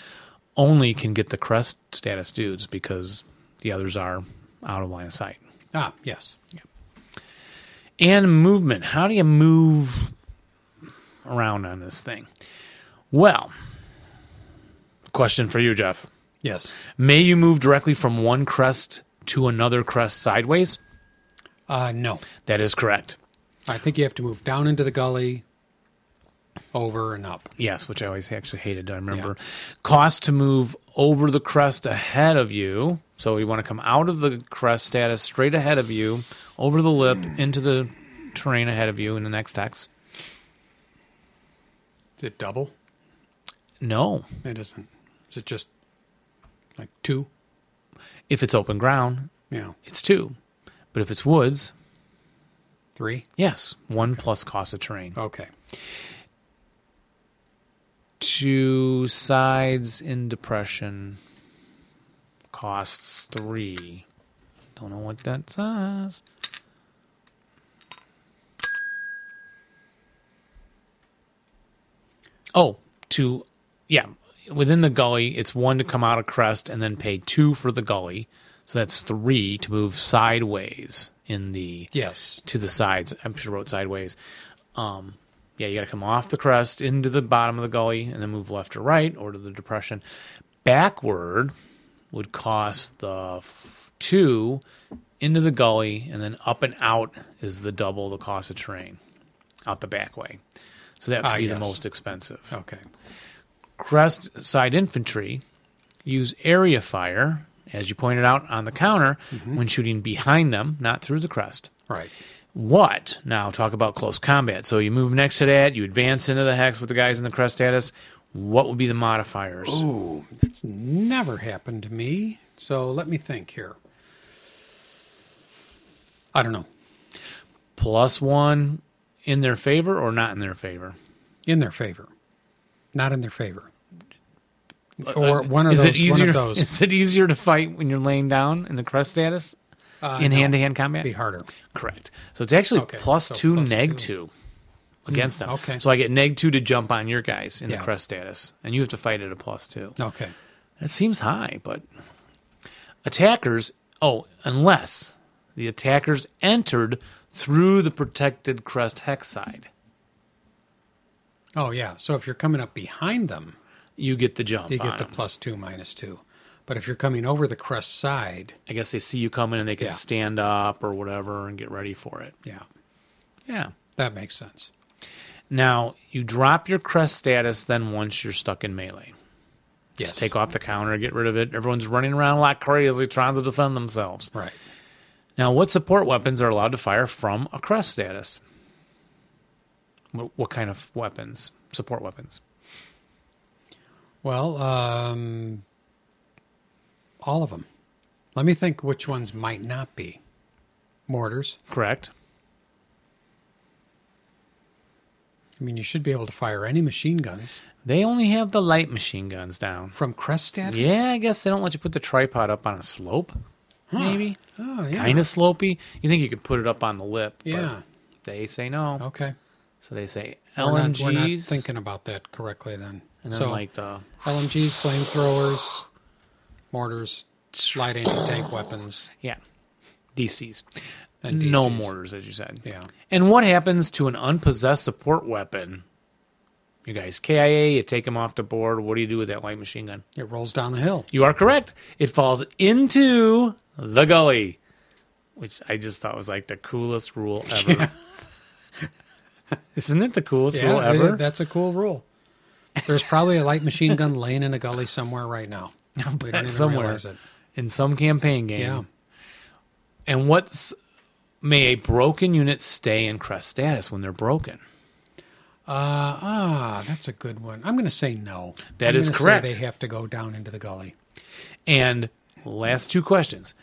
only can get the crest status dudes because the others are out of line of sight. ah. Yes. And movement. How do you move around on this thing? Well, question for you, Jeff. Yes. May you move directly from one crest to another crest sideways? Uh, no. That is correct. I think you have to move down into the gully, over and up. Yes, which I always actually hated. I remember cost to move over the crest ahead of you. So you want to come out of the crest status straight ahead of you, over the lip into the terrain ahead of you in the next text. Is it double? No, It isn't. Is it just like two? if it's open ground, Yeah. it's two, but if it's woods, Three? yes, one plus cost of terrain. Okay. Two sides in depression costs three. Don't know what that says. Oh, two. Yeah, within the gully, it's one to come out of crest and then pay two for the gully. So that's three to move sideways in the Yes. to the sides. I'm sure wrote sideways. Um, yeah, you got to come off the crest into the bottom of the gully and then move left or right or to the depression. Backward would cost the f- two into the gully and then up and out is the double the cost of terrain out the back way. So that would Ah, be the yes. Oh. most expensive. Okay. Crest side infantry use area fire, as you pointed out on the counter, Mm-hmm. when shooting behind them, not through the crest. Right. What? Now talk about close combat. So you move next to that, you advance into the hex with the guys in the crest status. What would be the modifiers? Ooh, that's never happened to me. So let me think here. I don't know. Plus one in their favor or not in their favor? In their favor. Not in their favor. Or one of uh, Is those. it easier? One of those. Is it easier to fight when you're laying down in the crest status Uh, in no, hand to hand combat? Be harder. Correct. So it's actually Okay, plus so two, plus neg two, two. Hmm, against them. okay. So I get neg two to jump on your guys in Yeah. the crest status, and you have to fight at a plus two. Okay. That seems high, but attackers. Oh, unless the attackers entered through the protected crest hex side, Oh, yeah. So if you're coming up behind them, you get the jump. you get on the 'em. plus two, minus two. But if you're coming over the crest side, I guess they see you coming and they can Yeah. stand up or whatever and get ready for it. yeah, Yeah. that makes sense. Now you drop your crest status. Then once you're stuck in melee, Yes. just take off the counter, get rid of it. Everyone's running around like crazy trying to defend themselves. Right. Now, what support weapons are allowed to fire from a crest status? What, what kind of weapons? Support weapons. Well, um, all of them. Let me think which ones might not be. Mortars. Correct. I mean, you should be able to fire any machine guns They only have the light machine guns down. from crest status. Yeah, I guess they don't let you put the tripod up on a slope. Maybe Oh, yeah. kind of slopey. You think you could put it up on the lip? but Yeah. They say no. Okay. So they say We're not, LMGs we're not thinking about that correctly then. and then so like the LMGs, flamethrowers, mortars, light anti-tank weapons, yeah DCs. and DCs. No mortars, as you said. Yeah. And what happens to an unpossessed support weapon You guys KIA, you take him off the board. What do you do with that light machine gun? It rolls down the hill. You are correct. It falls into the gully, which I just thought was like the coolest rule ever. Isn't it the coolest rule it- ever? that's a cool rule. There's probably a light machine gun laying in a gully somewhere right now. We don't even somewhere. realize it. In some campaign game. Yeah. And what's may a broken unit stay in crest status when they're broken? Uh, ah, that's a good one. I'm going to say no. That That is is correct. they have to go down into the gully. And last two questions.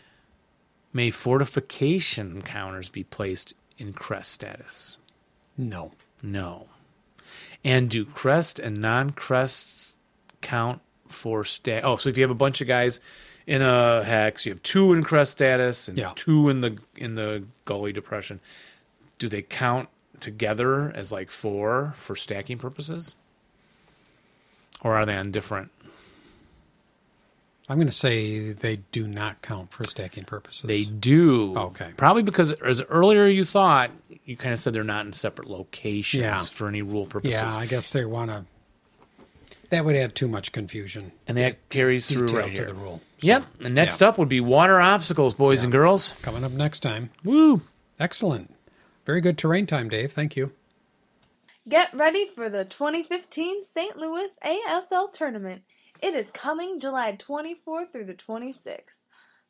May fortification counters be placed in crest status? No. No. And do crest and non crests count for stat? Oh, so if you have a bunch of guys in a hex, you have two in crest status and Yeah. two in the in the gully depression. Do they count together as like four for stacking purposes, or are they on different? I'm going to say they do not count for stacking purposes. They do. Okay. Probably because as earlier you thought, you kind of said they're not in separate locations Yeah. for any rule purposes. yeah, I guess they want to. That would add too much confusion and that carries through detail right to here. the rule. Yep. And next up would be water obstacles, boys and girls. Coming up next time. Woo! Excellent. Very good terrain time, Dave. Thank you. Get ready for the 2015 St. Louis ASL Tournament. It is coming July 24th through the 26th.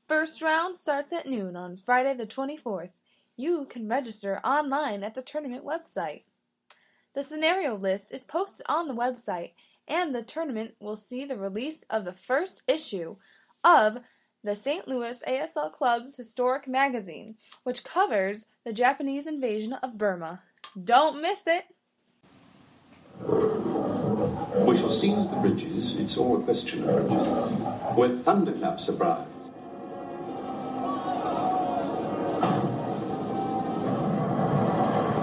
First round starts at noon on Friday the 24th. You can register online at the tournament website. The scenario list is posted on the website, and the tournament will see the release of the first issue of the St. Louis ASL Club's historic magazine, which covers the Japanese invasion of Burma. Don't miss it! We shall seize the bridges, it's all a question of bridges, with thunderclap surprise.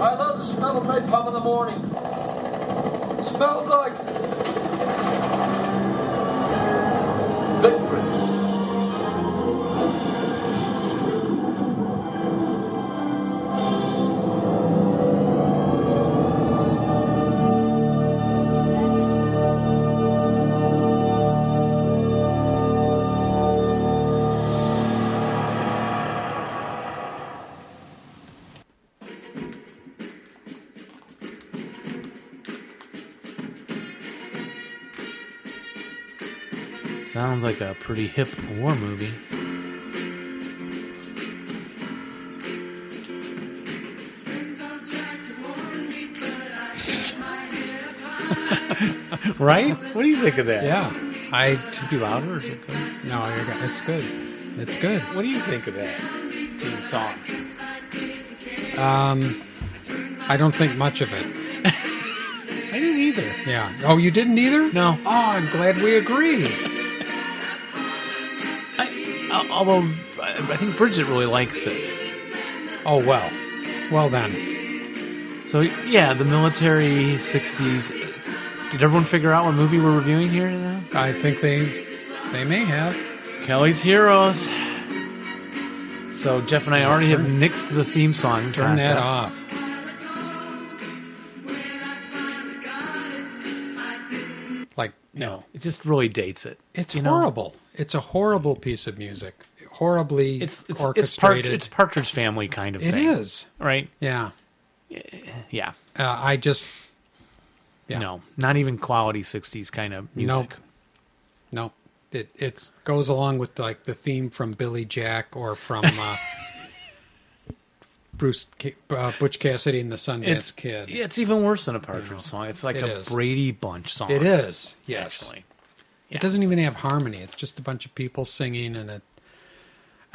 I love the smell of napalm in the morning. Smells like victory. Sounds like a pretty hip war movie. right? What do you think of that? Yeah. I Should it be louder or is it good? no, I got, it's good. It's good. What do you think of that theme song? I don't think much of it. I didn't either. Yeah. Oh, you didn't either? No. Oh, I'm glad we agree. I, al- although I I think Bridget really likes it. Oh well. Well then. So yeah, the military '60s. Did everyone figure out what movie we're reviewing here now? I think they they may have. Kelly's Heroes. So Jeff and I already have nixed the theme song. Turn that concept. off. Like No, it just really dates it. It's you know? horrible. It's a horrible piece of music. Horribly It's it's it's, Par- orchestrated. it's Partridge Family kind of It thing. is. right. Yeah. Yeah. Uh, I just Yeah. No, not even quality '60s kind of music. Nope. no. It it goes along with like the theme from Billy Jack or from uh, Bruce Ca- uh, Butch Cassidy and the Sundance It's Kid. yeah, It's even worse than a Partridge song. It's like It a is. Brady Bunch song. It is. Yes. actually. It doesn't even have harmony. It's just a bunch of people singing, and it.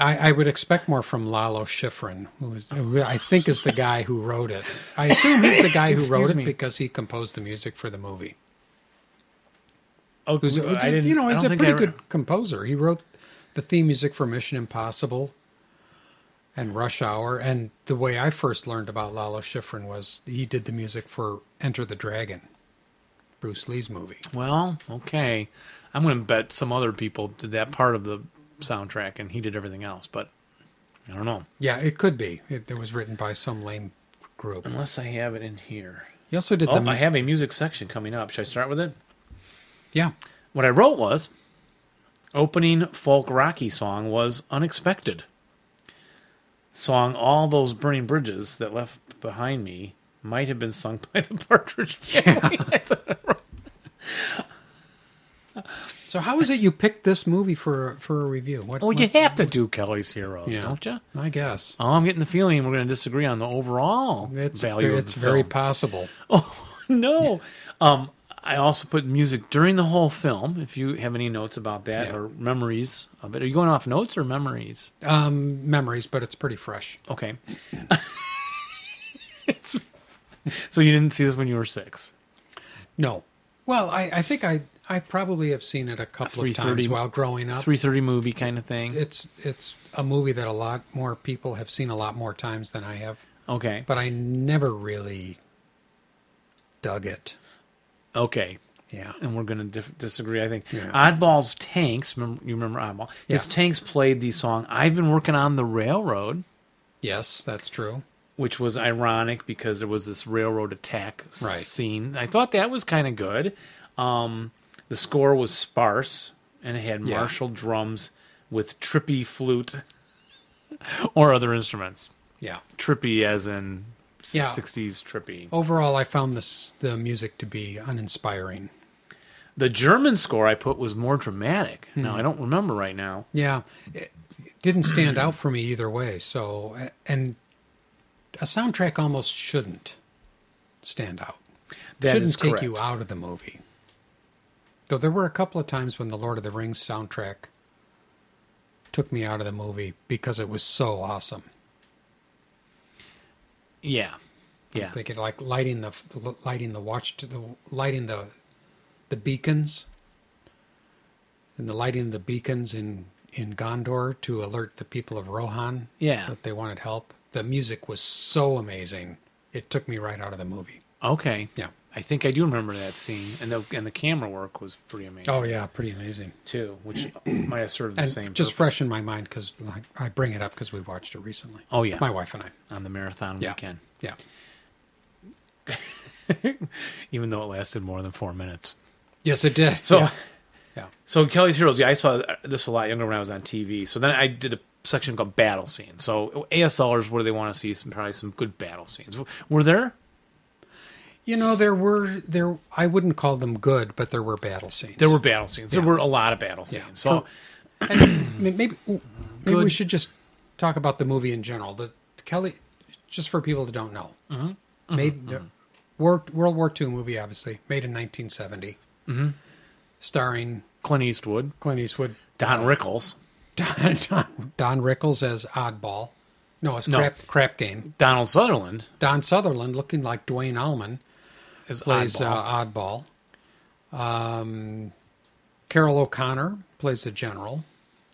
I, I would expect more from Lalo Schifrin, who, is, who I think is the guy who wrote it. I assume he's the guy who wrote Excuse it me. because he composed the music for the movie. Oh, Who's I who's- didn't- you know I he's don't a think I pretty ever- good composer. He wrote the theme music for Mission Impossible and Rush Hour. And the way I first learned about Lalo Schifrin was he did the music for Enter the Dragon, Bruce Lee's movie. Well, okay. I'm going to bet some other people did that part of the soundtrack and he did everything else, but I don't know. Yeah, it could be. It, it was written by some lame group. Unless I have it in here. You also did Oh, the I have a music section coming up. Should I start with it? yeah. What I wrote was opening folk Rocky song was unexpected. Song All Those Burning Bridges That Left Behind Me might have been sung by the Partridge Family. That's what I wrote. So how is it you picked this movie for for a review? What, oh, what- you have to do Kelly's Heroes, don't you? I guess Oh, I'm getting the feeling we're going to disagree on the overall it's value. of it's the very film. possible. no. Um, I also put music during the whole film. If you have any notes about that Yeah. or memories of it, are you going off notes or memories? Um, memories, but it's pretty fresh. Okay. It's- so you didn't see this when you were six. No, well, I, I think I I probably have seen it a couple of 3:30 times while growing up. Three thirty movie kind of thing. It's it's a movie that a lot more people have seen a lot more times than I have, Okay. but I never really dug it. Okay. Yeah, and we're going to dif- disagree. I think Yeah. Oddball's Tanks. Remember, you remember Oddball? His Yeah. Tanks played the song "I've Been Working on the Railroad," yes, that's true. which was ironic because there was this railroad attack s- Right. scene. I thought that was kind of good. Um, the score was sparse and it had Yeah. martial drums with trippy flute or other instruments. Yeah. Trippy, as in Yeah. '60s trippy. Overall, I found this the music to be uninspiring. The German score I put was more dramatic. Now Hmm. I don't remember right now. Yeah, it didn't stand out for me either way. So, and a soundtrack almost shouldn't stand out. That shouldn't is take correct. you out of the movie. Though there were a couple of times when the Lord of the Rings soundtrack took me out of the movie because it was so awesome. Yeah, yeah. They could like lighting the lighting the watch to the lighting the the beacons and the lighting of the beacons in in Gondor to alert the people of Rohan Yeah. that they wanted help. The music was so amazing. It took me right out of the movie. Okay. Yeah. I think I do remember that scene, and the and the camera work was pretty amazing Oh yeah, pretty amazing. too, which might have served the And same. just purpose fresh in my mind because like, I bring it up because we watched it recently. Oh, yeah. my wife and I. on the marathon Yeah. weekend, Yeah, even though it lasted more than four minutes. yes, it did. So, yeah. yeah. Yeah. So Kelly's Heroes, yeah, I saw this a lot younger when I was on TV. So then I did a section called Battle Scenes. So ASLers, what do they want to see? Some probably some good battle scenes. Were there? you know there were there. I wouldn't call them good, but there were battle scenes. There were battle scenes. Yeah. There were a lot of battle scenes. So And I mean, maybe ooh, maybe we Good. should just talk about the movie in general. The Kelly, just for people that don't know, Mm-hmm. made the World, World War II movie, obviously made in 1970, Mm-hmm. starring Clint Eastwood, Clint Eastwood, Don Rickles, Don, Don, Don Rickles as Oddball. No, it's No. crap crap game. Donald Sutherland Don Sutherland, looking like Dwayne Allman, is plays Oddball. Uh, oddball. Um, Carol O'Connor plays the general.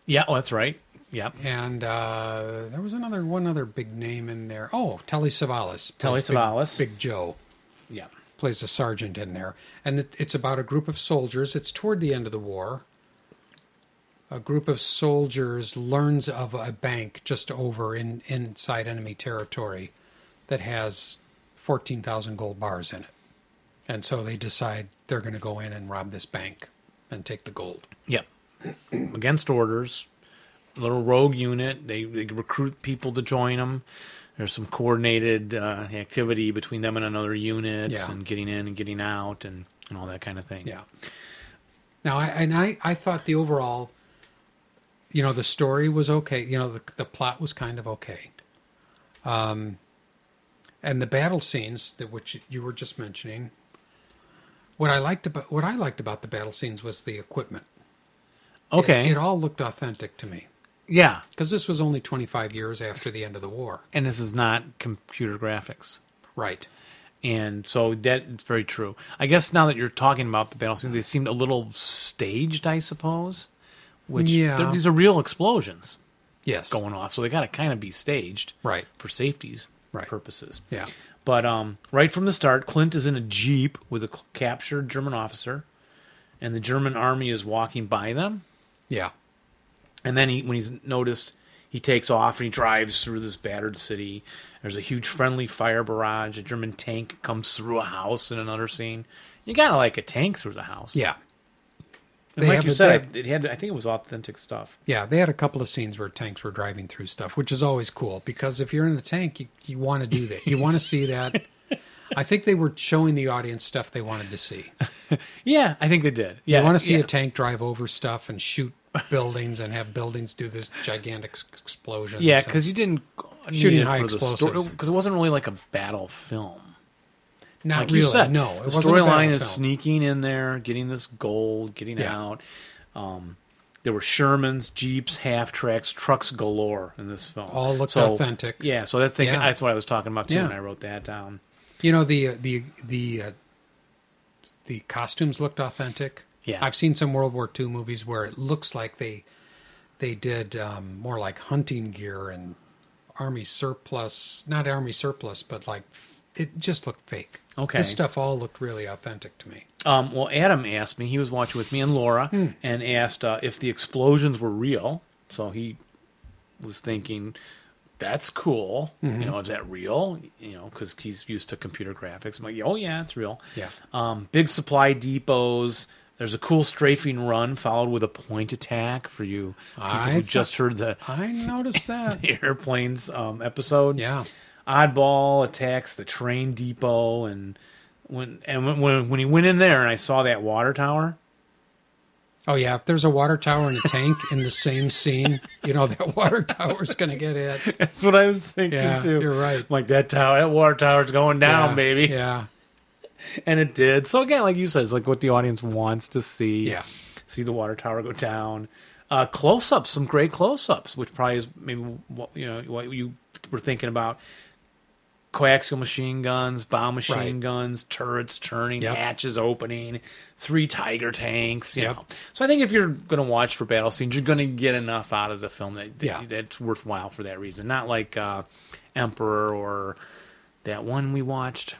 yeah, oh, that's right. Yeah. and uh, there was another one other big name in there. Oh, Telly Savalas. Telly plays Big- Savalas. Big, Joe Yeah. plays a sergeant in there, and it, it's about a group of soldiers. It's toward the end of the war. A group of soldiers learns of a bank just over in inside enemy territory that has fourteen thousand gold bars in it, and so they decide they're going to go in and rob this bank and take the gold. Yep. Against orders, little rogue unit. They, they recruit people to join them. There's some coordinated uh, activity between them and another unit, Yeah. and getting in and getting out, and, and all that kind of thing. Yeah. Now, I and I, I thought the overall, you know, the story was okay. You know, the the plot was kind of okay. Um, and the battle scenes that which you were just mentioning. What I liked about what I liked about the battle scenes was the equipment. Okay. It, it all looked authentic to me yeah. because this was only 25 years after the end of the war. And this is not computer graphics. Right. And so that it's very true. I guess now that you're talking about the battle scene, they seemed a little staged, I suppose. Which Yeah. they're- these are real explosions Yes. going off, so they got to kind of be staged. Right. for safety's Right. purposes. Yeah. But um, right from the start, Clint is in a jeep with a cl- captured German officer, and the German army is walking by them. Yeah. And then he, when he's noticed, He takes off and he drives through this battered city. There's a huge friendly fire barrage. A German tank comes through a house in another scene. You gotta like a tank through the house. Yeah. And They like have you a- said, it, it had I think it was authentic stuff. Yeah, they had a couple of scenes where tanks were driving through stuff, which is always cool because if you're in a tank, you, you want to do that. You want to see that. I think they were showing the audience stuff they wanted to see. Yeah, I think they did. Yeah, you want to see yeah. a tank drive over stuff and shoot buildings and have buildings do this gigantic s- explosion. Yeah, because you didn't need Shooting it high for the story explosives. because it wasn't really like a battle film. not like really. you said, no, the it wasn't a storyline battle is film. sneaking in there, getting this gold, getting Yeah. out. Um, there were Shermans, Jeeps, half tracks, trucks galore in this film. All looked So, authentic. Yeah, so that's thing, Yeah. that's what I was talking about too Yeah. when I wrote that down. You know the uh, the the uh, the costumes looked authentic. Yeah. I've seen some World War II movies where it looks like they they did um, more like hunting gear and army surplus, not army surplus, but like it just looked fake. Okay. this stuff all looked really authentic to me. Um, well, Adam asked me. He was watching with me and Laura, Hmm. and asked uh, if the explosions were real. So he was thinking, "That's cool. Mm-hmm. You know, is that real? You know, because he's used to computer graphics." I'm like, "Oh yeah, it's real." Yeah. Um, big supply depots. There's a cool strafing run followed with a point attack for you people I who thought- just heard the I noticed that. airplanes um, episode. Yeah. Oddball attacks the train depot and when and when- when when he went in there and I saw that water tower. Oh yeah, if there's a water tower and a tank in the same scene, you know that water tower's going to get hit. That's what I was thinking Yeah, too. you're right. I'm like that tower, that water tower's going down, yeah, baby. Yeah, And it did. So again, like you said, it's like what the audience wants to see. yeah. See the water tower go down. Uh, close ups, some great close ups, which probably is maybe what you know what you were thinking about. Coaxial machine guns, bow machine Right. guns, turrets turning, Yep. hatches opening, three tiger tanks. You Yep. know, so I think if you're going to watch for battle scenes, you're going to get enough out of the film that, that- Yeah. that's worthwhile for that reason. Not like uh, Emperor or that one we watched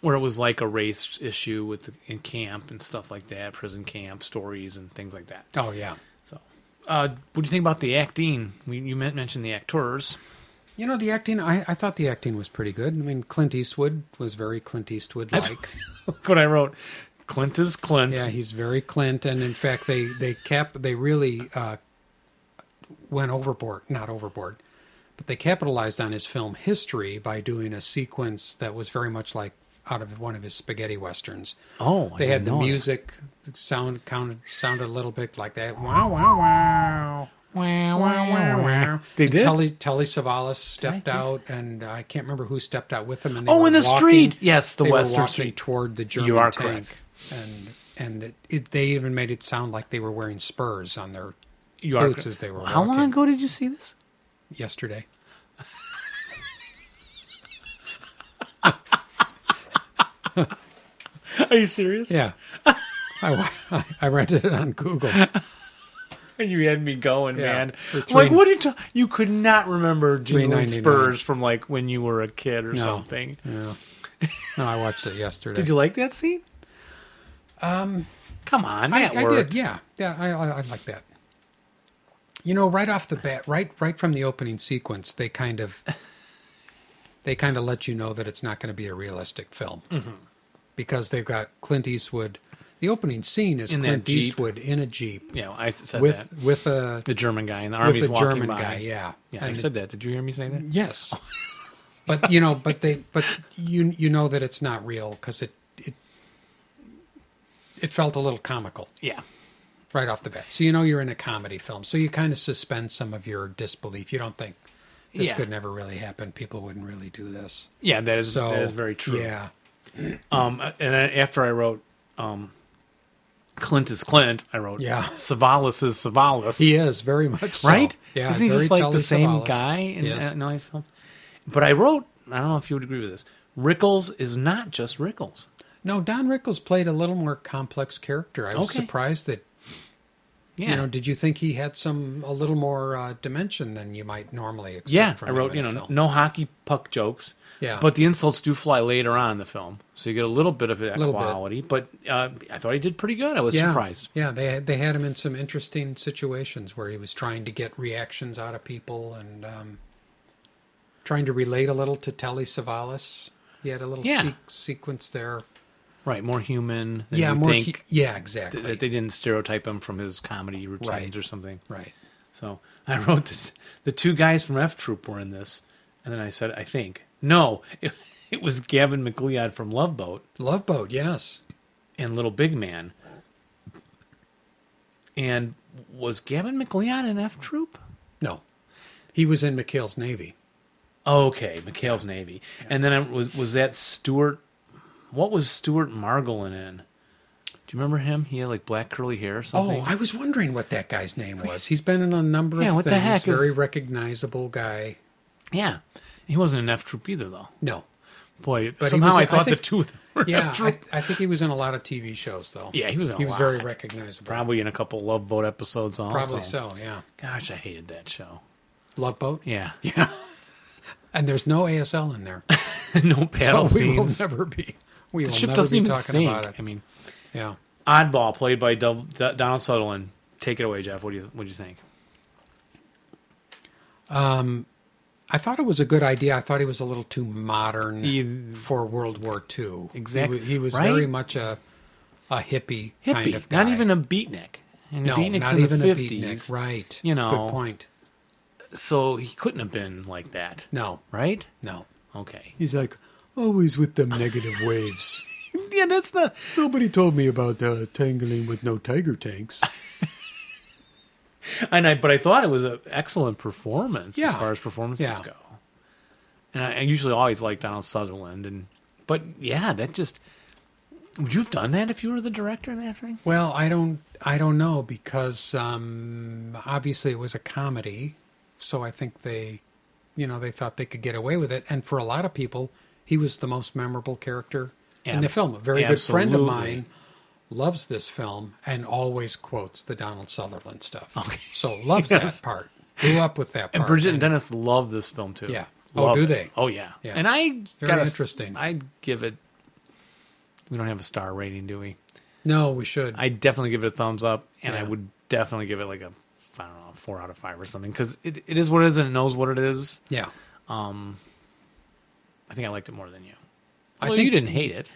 where it was like a race issue with the, in camp and stuff like that, prison camp stories and things like that. Oh yeah. So, uh, what do you think about the acting? We, you men- mentioned the actors. You know the acting. I, I thought the acting was pretty good. I mean, Clint Eastwood was very Clint Eastwood like. Look what I wrote. Clint is Clint. Yeah, he's very Clint, and in fact, they they cap they really uh, went overboard. Not overboard, but they capitalized on his film history by doing a sequence that was very much like out of one of his spaghetti westerns. oh, I they had didn't the know that. music the sound counted sounded a little bit like that. Wow, wow, wow. Wow, wow, wow, wow. They And did? Telly, Telly Savalas stepped miss out, and I can't remember who stepped out with him. And they Oh, were in the walking- street! Yes, the they were western walking street. toward the German are tank. correct. And and it, it, they even made it sound like they were wearing spurs on their You are boots as they were How long walking. ago did you see this? yesterday. Are you serious? Yeah, I, wa- I rented it on Google. You had me going, Yeah, man. for three- like, what did you, you could not remember jingling 3.99. spurs from like when you were a kid or No. something? Yeah. No, I watched it yesterday. Did you like that scene? Um, come on, that I worked. did, yeah, yeah. I, I, I like that. You know, right off the bat, right, right from the opening sequence, they kind of, they kind of let you know that it's not going to be a realistic film Mm-hmm. because they've got Clint Eastwood. The opening scene is In that Clint Jeep. Eastwood in a jeep Yeah, I said with that. with a The German guy in the with army's a walking German by. guy, yeah. yeah. I And said that. Did you hear me say that? Yes. but you know, but they, but you, you know that it's not real because it, it, it felt a little comical Yeah, right off the bat. So you know you're in a comedy film. So you kind of suspend some of your disbelief. You don't think this Yeah. could never really happen. People wouldn't really do this. yeah. That is So that is very true. Yeah, Um, and then after I wrote, um, Clint is Clint. I wrote, Yeah. Savalas is Savalas. he is very much so. right? Yeah, Isn't he very just like Telly the same Savalas. guy in Yes. uh, Nice Film? But I wrote. I don't know if you would agree with this. Rickles is not just Rickles. No, Don Rickles played a little more complex character. I was Okay. surprised that Yeah. You know, did you think he had some a little more uh, dimension than you might normally expect? yeah, from I him wrote, in you a know, film? no hockey puck jokes. Yeah. But the insults do fly later on in the film. So you get a little bit of that Little bit. quality. But uh, I thought he did pretty good. I was yeah, surprised. Yeah, they had, they had him in some interesting situations where he was trying to get reactions out of people and um, trying to relate a little to Telly Savalas. He had a little Yeah. se- sequence there. Right. More human. Than Yeah, you more. think he- yeah, exactly. that they didn't stereotype him from his comedy routines Right. or something. right. So I wrote this. The two guys from F Troop were in this. And then I said, I think. No, it, it was Gavin McLeod from Love Boat. Love Boat. Yes. and Little Big Man. And was Gavin McLeod in F Troop? No. He was in McHale's Navy. Okay, McHale's Navy. And then I was was that Stuart? What was Stuart Margolin in? Do you remember him? He had like black curly hair or Oh, something. I was wondering what that guy's name was. He's been in a number Yeah, of what the things. heck is- Very recognizable guy. yeah. He wasn't in F Troop either, though. No. Boy, he somehow was- I I thought the think- two of them were in Yeah, F I, Troop. I think he was in a lot of TV shows though. Yeah, he was in a He was very lot. recognizable. Probably in a couple Love Boat episodes also. Probably so. Yeah. Gosh, I hated that show. Love Boat. Yeah. Yeah. And there's no ASL in there. no So paddle we will scenes. never be. We the will ship never doesn't be even talking sink. about it. I mean, yeah. Oddball, played by Dov- D- Donald Sutherland. Take it away, Jeff. What do you What do you think? I thought it was a good idea. I thought he was a little too modern He- for World War II. Exact- He, wa- he was right? very much a a hippie, Hippie, kind of guy. not even a beatnik. And no, beatniks not in even the a 50s, beatnik. Right. You know. Good point. So he couldn't have been like that, No. right? No. Okay. He's like always with them negative waves. Yeah, that's not. Nobody told me about uh, tangling with no tiger tanks. And I, but I thought it was an excellent performance as Yeah. far as performances Yeah. go. And I, I usually always like Donald Sutherland, and but yeah, that just would you have done that if you were the director of that thing? Well, I don't, I don't know because um, obviously it was a comedy, so I think they, you know, they thought they could get away with it. And for a lot of people, he was the most memorable character in the Abs- film. A very good friend absolutely. of mine loves this film and always quotes the Donald Sutherland stuff. Okay, so loves Yes. that part. Grew up with that part. And Bridget and Dennis love this film too. Yeah. Oh, Love do it. they? Oh yeah. Yeah. And I got interesting. I'd give it. We don't have a star rating, do we? no, we should. I definitely give it a thumbs up, and I Yeah. would definitely give it like a I don't know a four out of five or something because it, it is what it is and it knows what it is. yeah. I think I liked it more than you. I well, think- you didn't hate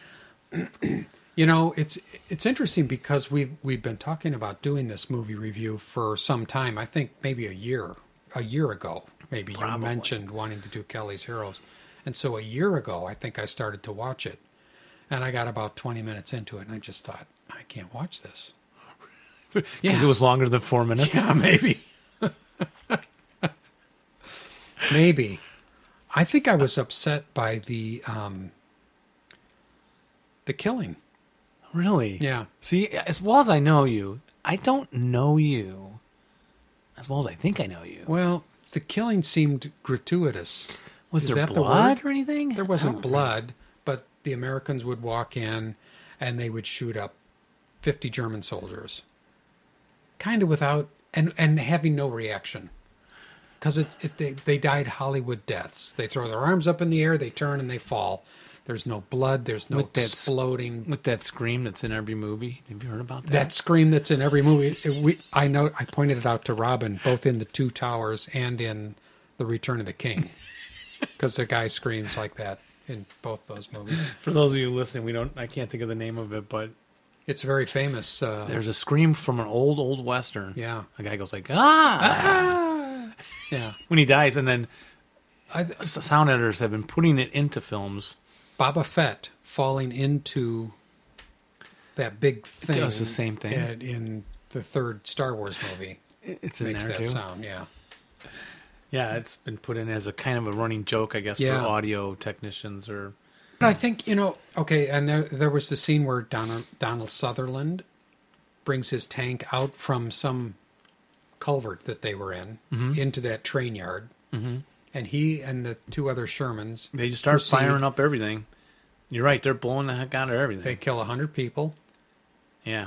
it. You know, it's it's interesting because we've we've been talking about doing this movie review for some time. I think maybe a year, a year ago, maybe you mentioned wanting to do Kelly's Heroes, and so a year ago, I think I started to watch it, and I got about twenty minutes into it, and I just thought I can't watch this. Because Yeah. it was longer than four minutes. maybe, maybe. I think I was upset by the um, the killing. Really? Yeah. See, as well as I know you, I don't know you as well as I think I know you. Well, the killing seemed gratuitous. Was Is there that the blood word? or anything? There wasn't blood, but the Americans would walk in and they would shoot up 50 German soldiers. Kind of without, and, and having no reaction. Because it, it, they, they died Hollywood deaths. They throw their arms up in the air, they turn and they fall. Their There's no blood. There's no With that s- exploding. With that scream that's in every movie. Have you heard about that? that scream that's in every movie. It- we, I know. I pointed it out to Robin, both in the Two Towers and in the Return of the King, because the guy screams like that in both those movies. For those of you listening, we don't. I can't think of the name of it, but It's very famous. Uh, there's a scream from an old old western. Yeah. a guy goes like ah, yeah, when he dies, and then I, th- s- sound editors have been putting it into films. Boba Fett falling into that big thing. Does the same thing. in, in the third Star Wars movie. I- It's in Makes there that too. sound. Yeah. Yeah, it's been put in as a kind of a running joke, I guess, Yeah. for audio technicians or But I think you know. Okay, and there there was the scene where Donald Donald Sutherland brings his tank out from some culvert that they were in into that train yard, mm-hmm. and he and the two other Shermans they just start proceed. firing up everything. You're right; they're blowing the heck out of everything. They kill a hundred people, yeah,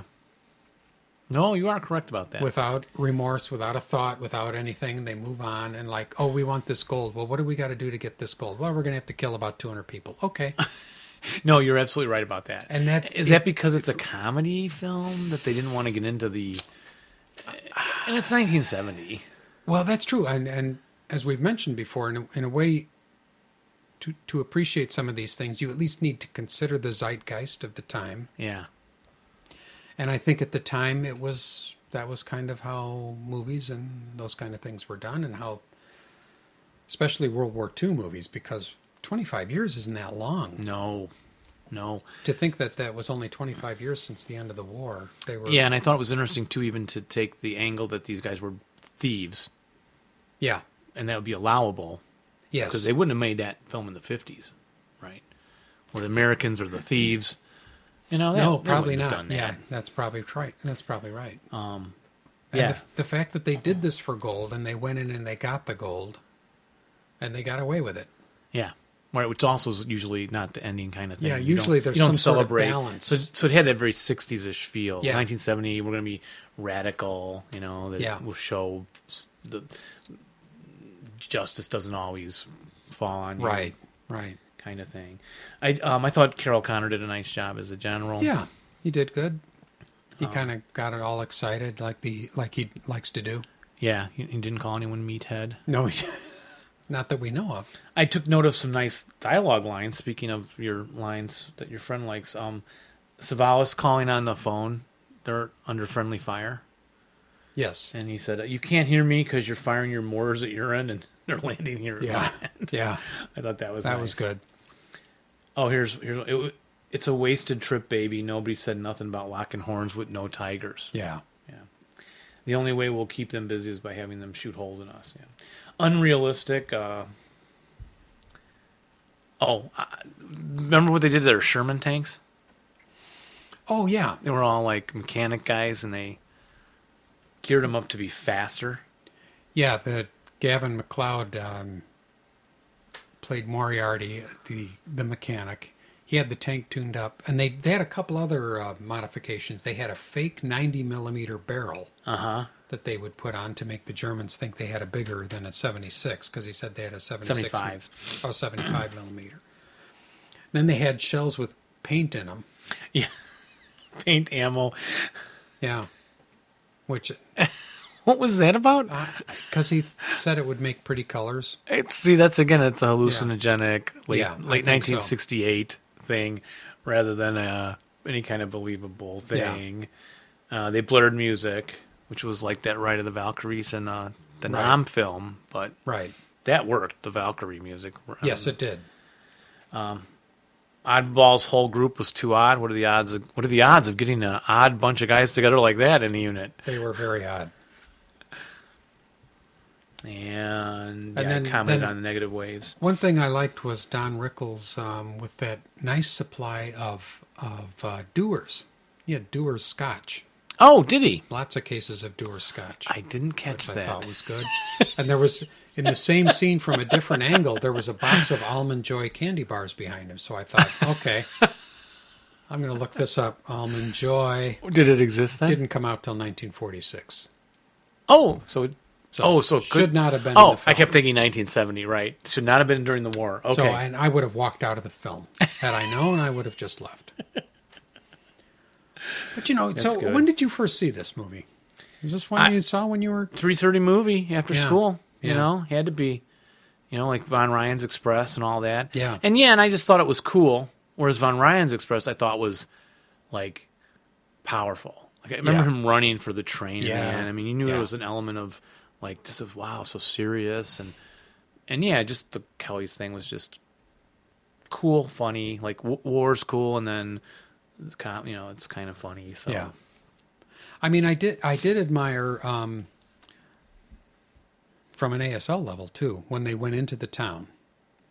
No, you are correct about that. without remorse, without a thought, without anything. They move on and like, oh, we want this gold. Well, what do we got to do to get this gold? Well, we're gonna have to kill about 200 people. Okay, no, you're absolutely right about that. And that- is that because it's a comedy film that they didn't want to get into the. And it's 1970. well, that's true. And and as we've mentioned before, in a, in a way, to to appreciate some of these things, you at least need to consider the zeitgeist of the time. Yeah. And I think at the time it was that was kind of how movies and those kind of things were done, and how, especially World War II movies, because 25 years isn't that Mm. long. No. No. To think that that was only 25 years since the end of the war, they were Yeah, and I thought it was interesting too, even to take the angle that these guys were thieves, yeah, and that would be allowable yes, because they wouldn't have made that film in the 50s, right? Where the Americans are the thieves. You know, that, no, they probably not. wouldn't have done that. Yeah, that's probably right. That's probably right. Um, And yeah. the, the fact that they did this for gold and they went in and they got the gold, and they got away with it. Yeah. Right, which also is usually not the ending kind of thing. Yeah, You usually don't- there's you don't some sort of celebrate. balance. So, so it had that very 60s ish feel. Yeah. 1970, we're going to be radical, you know, that Yeah. will show s- the justice doesn't always fall on you. Right, right. Kind of thing. I um, I thought Carol Connor did a nice job as a general. Yeah, he did good. He kind of got it all excited, like the like he likes to do. Yeah. He, he didn't call anyone meathead. No, he- not that we know of. I took note of some nice dialogue lines. Speaking of your lines that your friend likes, um, Savalas calling on the phone. They're under friendly fire. Yes. and he said, "You can't hear me because you're firing your mortars at your end, and they're landing here." at Yeah. my end." Yeah, I thought that was that nice. was good. Oh, here's here's it, w- it's a wasted trip, baby. Nobody said nothing about locking horns with no tigers. Yeah. The only way we'll keep them busy is by having them shoot holes in us. Yeah. Unrealistic. Uh, oh, I, remember what they did to their Sherman tanks? Oh yeah. They were all like mechanic guys, and they geared them up to be faster. Yeah, the Gavin McLeod um, played Moriarty, the the mechanic. He had the tank tuned up, and they, they had a couple other uh, modifications. They had a fake ninety millimeter barrel Uh huh. that they would put on to make the Germans think they had a bigger than a seventy six, because he said they had a seventy six 75. oh, 75 millimeter. Then they had shells with paint in them. Yeah. Paint ammo. Yeah, which What was that about? because he said it would make pretty colors. It's see, that's again, it's a hallucinogenic late Yeah, I late think so. 1968 thing, rather than uh any kind of believable Yeah. thing. Uh, they blurred music, which was like that Ride of the Valkyries and uh, the Right. Nam film, but Right. that worked. The Valkyrie music. Um, Yes, it did. Oddball's whole group was too odd. What are the odds? Of, what are the odds of getting an odd bunch of guys together like that in a unit? They were very odd. And, yeah, then- I commented then- on the negative waves. One thing I liked was Don Rickles um, with that nice supply of of uh, Dewar's. He had Dewar's Scotch. Oh, did he? Lots of cases of Dewar's Scotch. I didn't catch which I that. thought was good. and there was in the same scene from a different angle, there was a box of almond joy candy bars behind him. So I thought, okay, I'm going to look this up. Almond joy Did it exist then? didn't come out till 1946. Oh, so, it oh, so it should could, not have been in Oh, the I kept film. thinking 1970. Right, should not have been during the war. Okay, So and I would have walked out of the film had I known. I would have just left. But you know, so good. when did you first see this movie? Is this one I- you saw when you were? 3:30 movie after Yeah, school. You yeah. know, had to be. You know, like Von Ryan's Express and all that. Yeah. and yeah, and I just thought it was cool. Whereas Von Ryan's Express, I thought was like powerful. Like I remember Yeah. him running for the train. Yeah. man. I mean, you knew Yeah. there was an element of like this is wow, so serious and and yeah, just the Kelly's thing was just cool, funny. Like w- war's cool, and then it's kind you know it's kind of funny. So Yeah. I mean, I did. I did admire um, from an ASL level too when they went into the town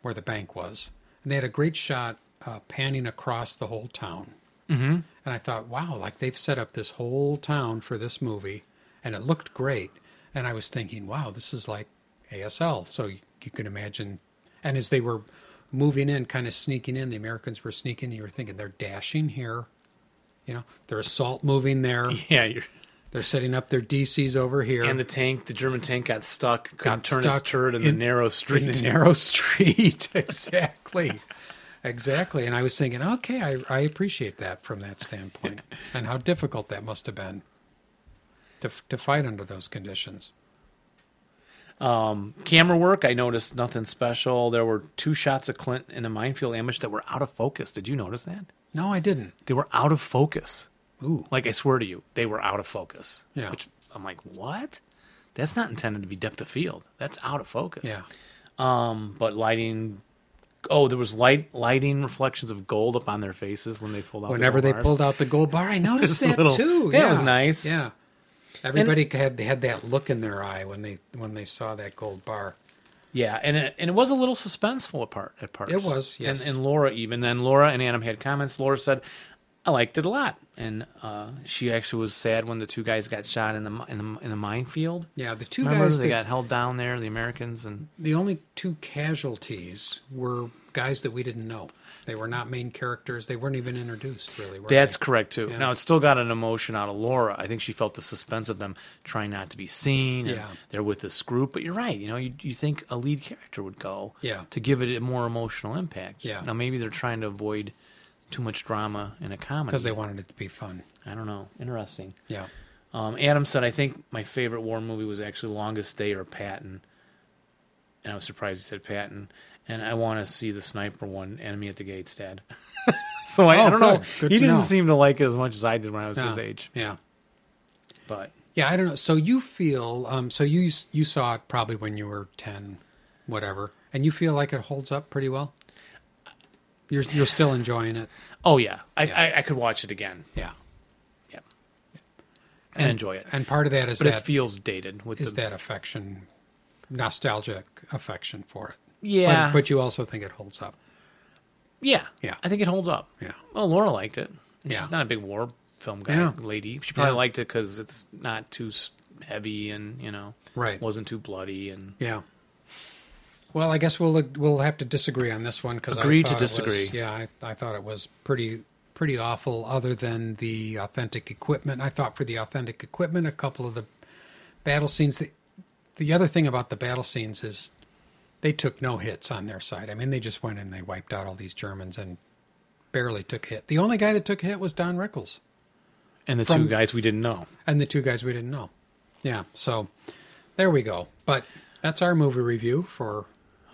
where the bank was, and they had a great shot uh, panning across the whole town. Mm-hmm. And I thought, wow, like they've set up this whole town for this movie, and it looked great. And I was thinking, wow, this is like ASL. So you, you can imagine. And as they were moving in, kind of sneaking in, the Americans were sneaking. You were thinking they're dashing here. You know, they're assault moving there yeah, you're They're setting up their DCs over here. And the tank, the German tank got stuck, couldn't Got turn its stuck turret in, the in- narrow in street. the narrow street. exactly. exactly. And I was thinking, okay, I, I appreciate that from that standpoint and how difficult that must have been to, f- to fight under those conditions. Um, Camera work, I noticed nothing special. There were two shots of Clint in a minefield ambush that were out of focus. Did you notice that? No, I didn't. They were out of focus. Ooh. Like I swear to you, they were out of focus. Yeah. Which I'm like, what? That's not intended to be depth of field. That's out of focus. Yeah. Um, but lighting. Oh, there was light lighting reflections of gold up on their faces when they pulled out. Whenever they pulled out. pulled out the gold bar, I noticed Just a that little- too. yeah, it was nice. Yeah. Everybody had had that look in their eye when they when they saw that gold bar. Yeah, and it, and it was a little suspenseful at part at parts. It was, yes. And, and Laura even then Laura and Adam had comments. Laura said, "I liked it a lot," and uh, she actually was sad when the two guys got shot in the mi- in the in the minefield. Yeah, the two Remember guys they that got held down there, the Americans, and the only two casualties were guys that we didn't know. They were not main characters. They weren't even introduced, really. Were that's they? correct too. Now it still got an emotion out of Laura. I think she felt the suspense of them trying not to be seen. and Yeah. they're with this group, but you're right. You know, you you think a lead character would go, Yeah. to give it a more emotional impact. Yeah. Now maybe they're trying to avoid too much drama in a comedy because they wanted it to be fun. I don't know. Interesting. Yeah, Um, Adam said, I think my favorite war movie was actually Longest Day or Patton. And I was surprised he said Patton. And I want to see the sniper one, Enemy at the Gates, Dad. so I, I Oh, good. don't know. Good he to didn't know. seem to like it as much as I did when I was yeah. his age. Yeah, But yeah. I don't know. So you feel um, so you you saw it probably when you were ten, whatever, and you feel like it holds up pretty well. You're you're still enjoying it. oh yeah, I, I, I could watch it again Yeah, Yeah. and, enjoy it. and part of that is but it that feels dated with is the that affection, nostalgic affection for it. yeah, but, but you also think it holds up. yeah, Yeah. I think it holds up. Yeah. Well, Laura liked it. And Yeah. She's not a big war film guy Yeah. lady. She probably Yeah. liked it because it's not too s- heavy and you know, Right. Wasn't too bloody and Yeah. Well, I guess we'll we'll have to disagree on this one because Agree I to thought it was- disagree. yeah, I, I thought it was pretty pretty awful. Other than the authentic equipment, I thought for the authentic equipment, a couple of the battle scenes. The, the other thing about the battle scenes is they took no hits on their side. I mean, they just went and they wiped out all these Germans and barely took a hit. The only guy that took a hit was Don Rickles and the From- two guys we didn't know. and the two guys we didn't know. Yeah, so there we go. But that's our movie review for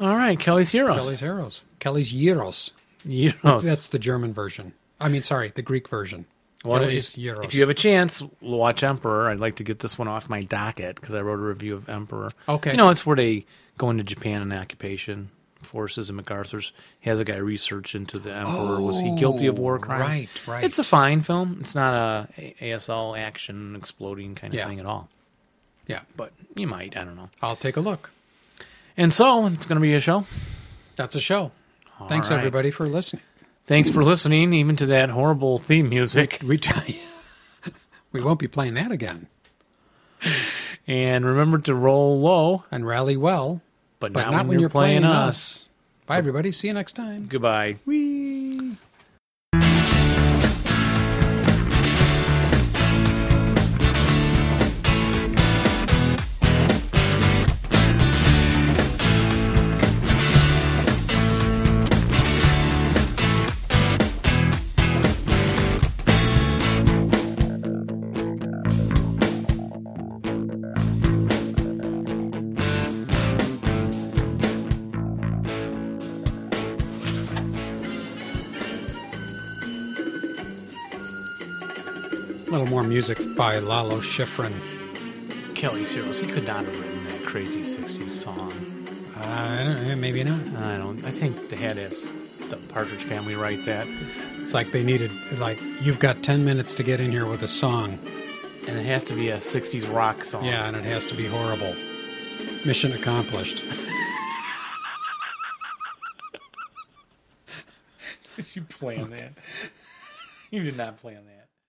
All right, Kelly's heroes. Kelly's Heroes. Kelly's Euros. heroes. That's the German version. I mean, sorry, the Greek version. What Kelly's is- Euros. If you have a chance, watch Emperor. I'd like to get this one off my docket because I wrote a review of Emperor. Okay. You know, it's where they go into Japan and occupation forces and MacArthur's has a guy research into the Emperor. Was he guilty of war Oh, crimes? right, right. It's a fine film. It's not a a- ASL action exploding kind of Yeah. thing at all. yeah, But you might. I don't know. I'll take a look. And so it's going to be a show. That's a show. All Thanks right. everybody for listening. Thanks for listening, even to that horrible theme music. We tell you, we won't be playing that again. And remember to roll low, And rally well, but, but not, not, when, you're playing, us. us. Bye everybody. See you next time. Goodbye. Whee. A little more music by Lalo Schifrin. Kelly's Heroes. He could not have written that crazy 60s song. I don't know, Uh, maybe not. I don't, I think they had to have s- the Partridge family write that. It's like they needed, like, you've got 10 minutes to get in here with a song. And it has to be a 60s rock song. Yeah, and it has to be horrible. Mission accomplished. you plan that. you did not plan that.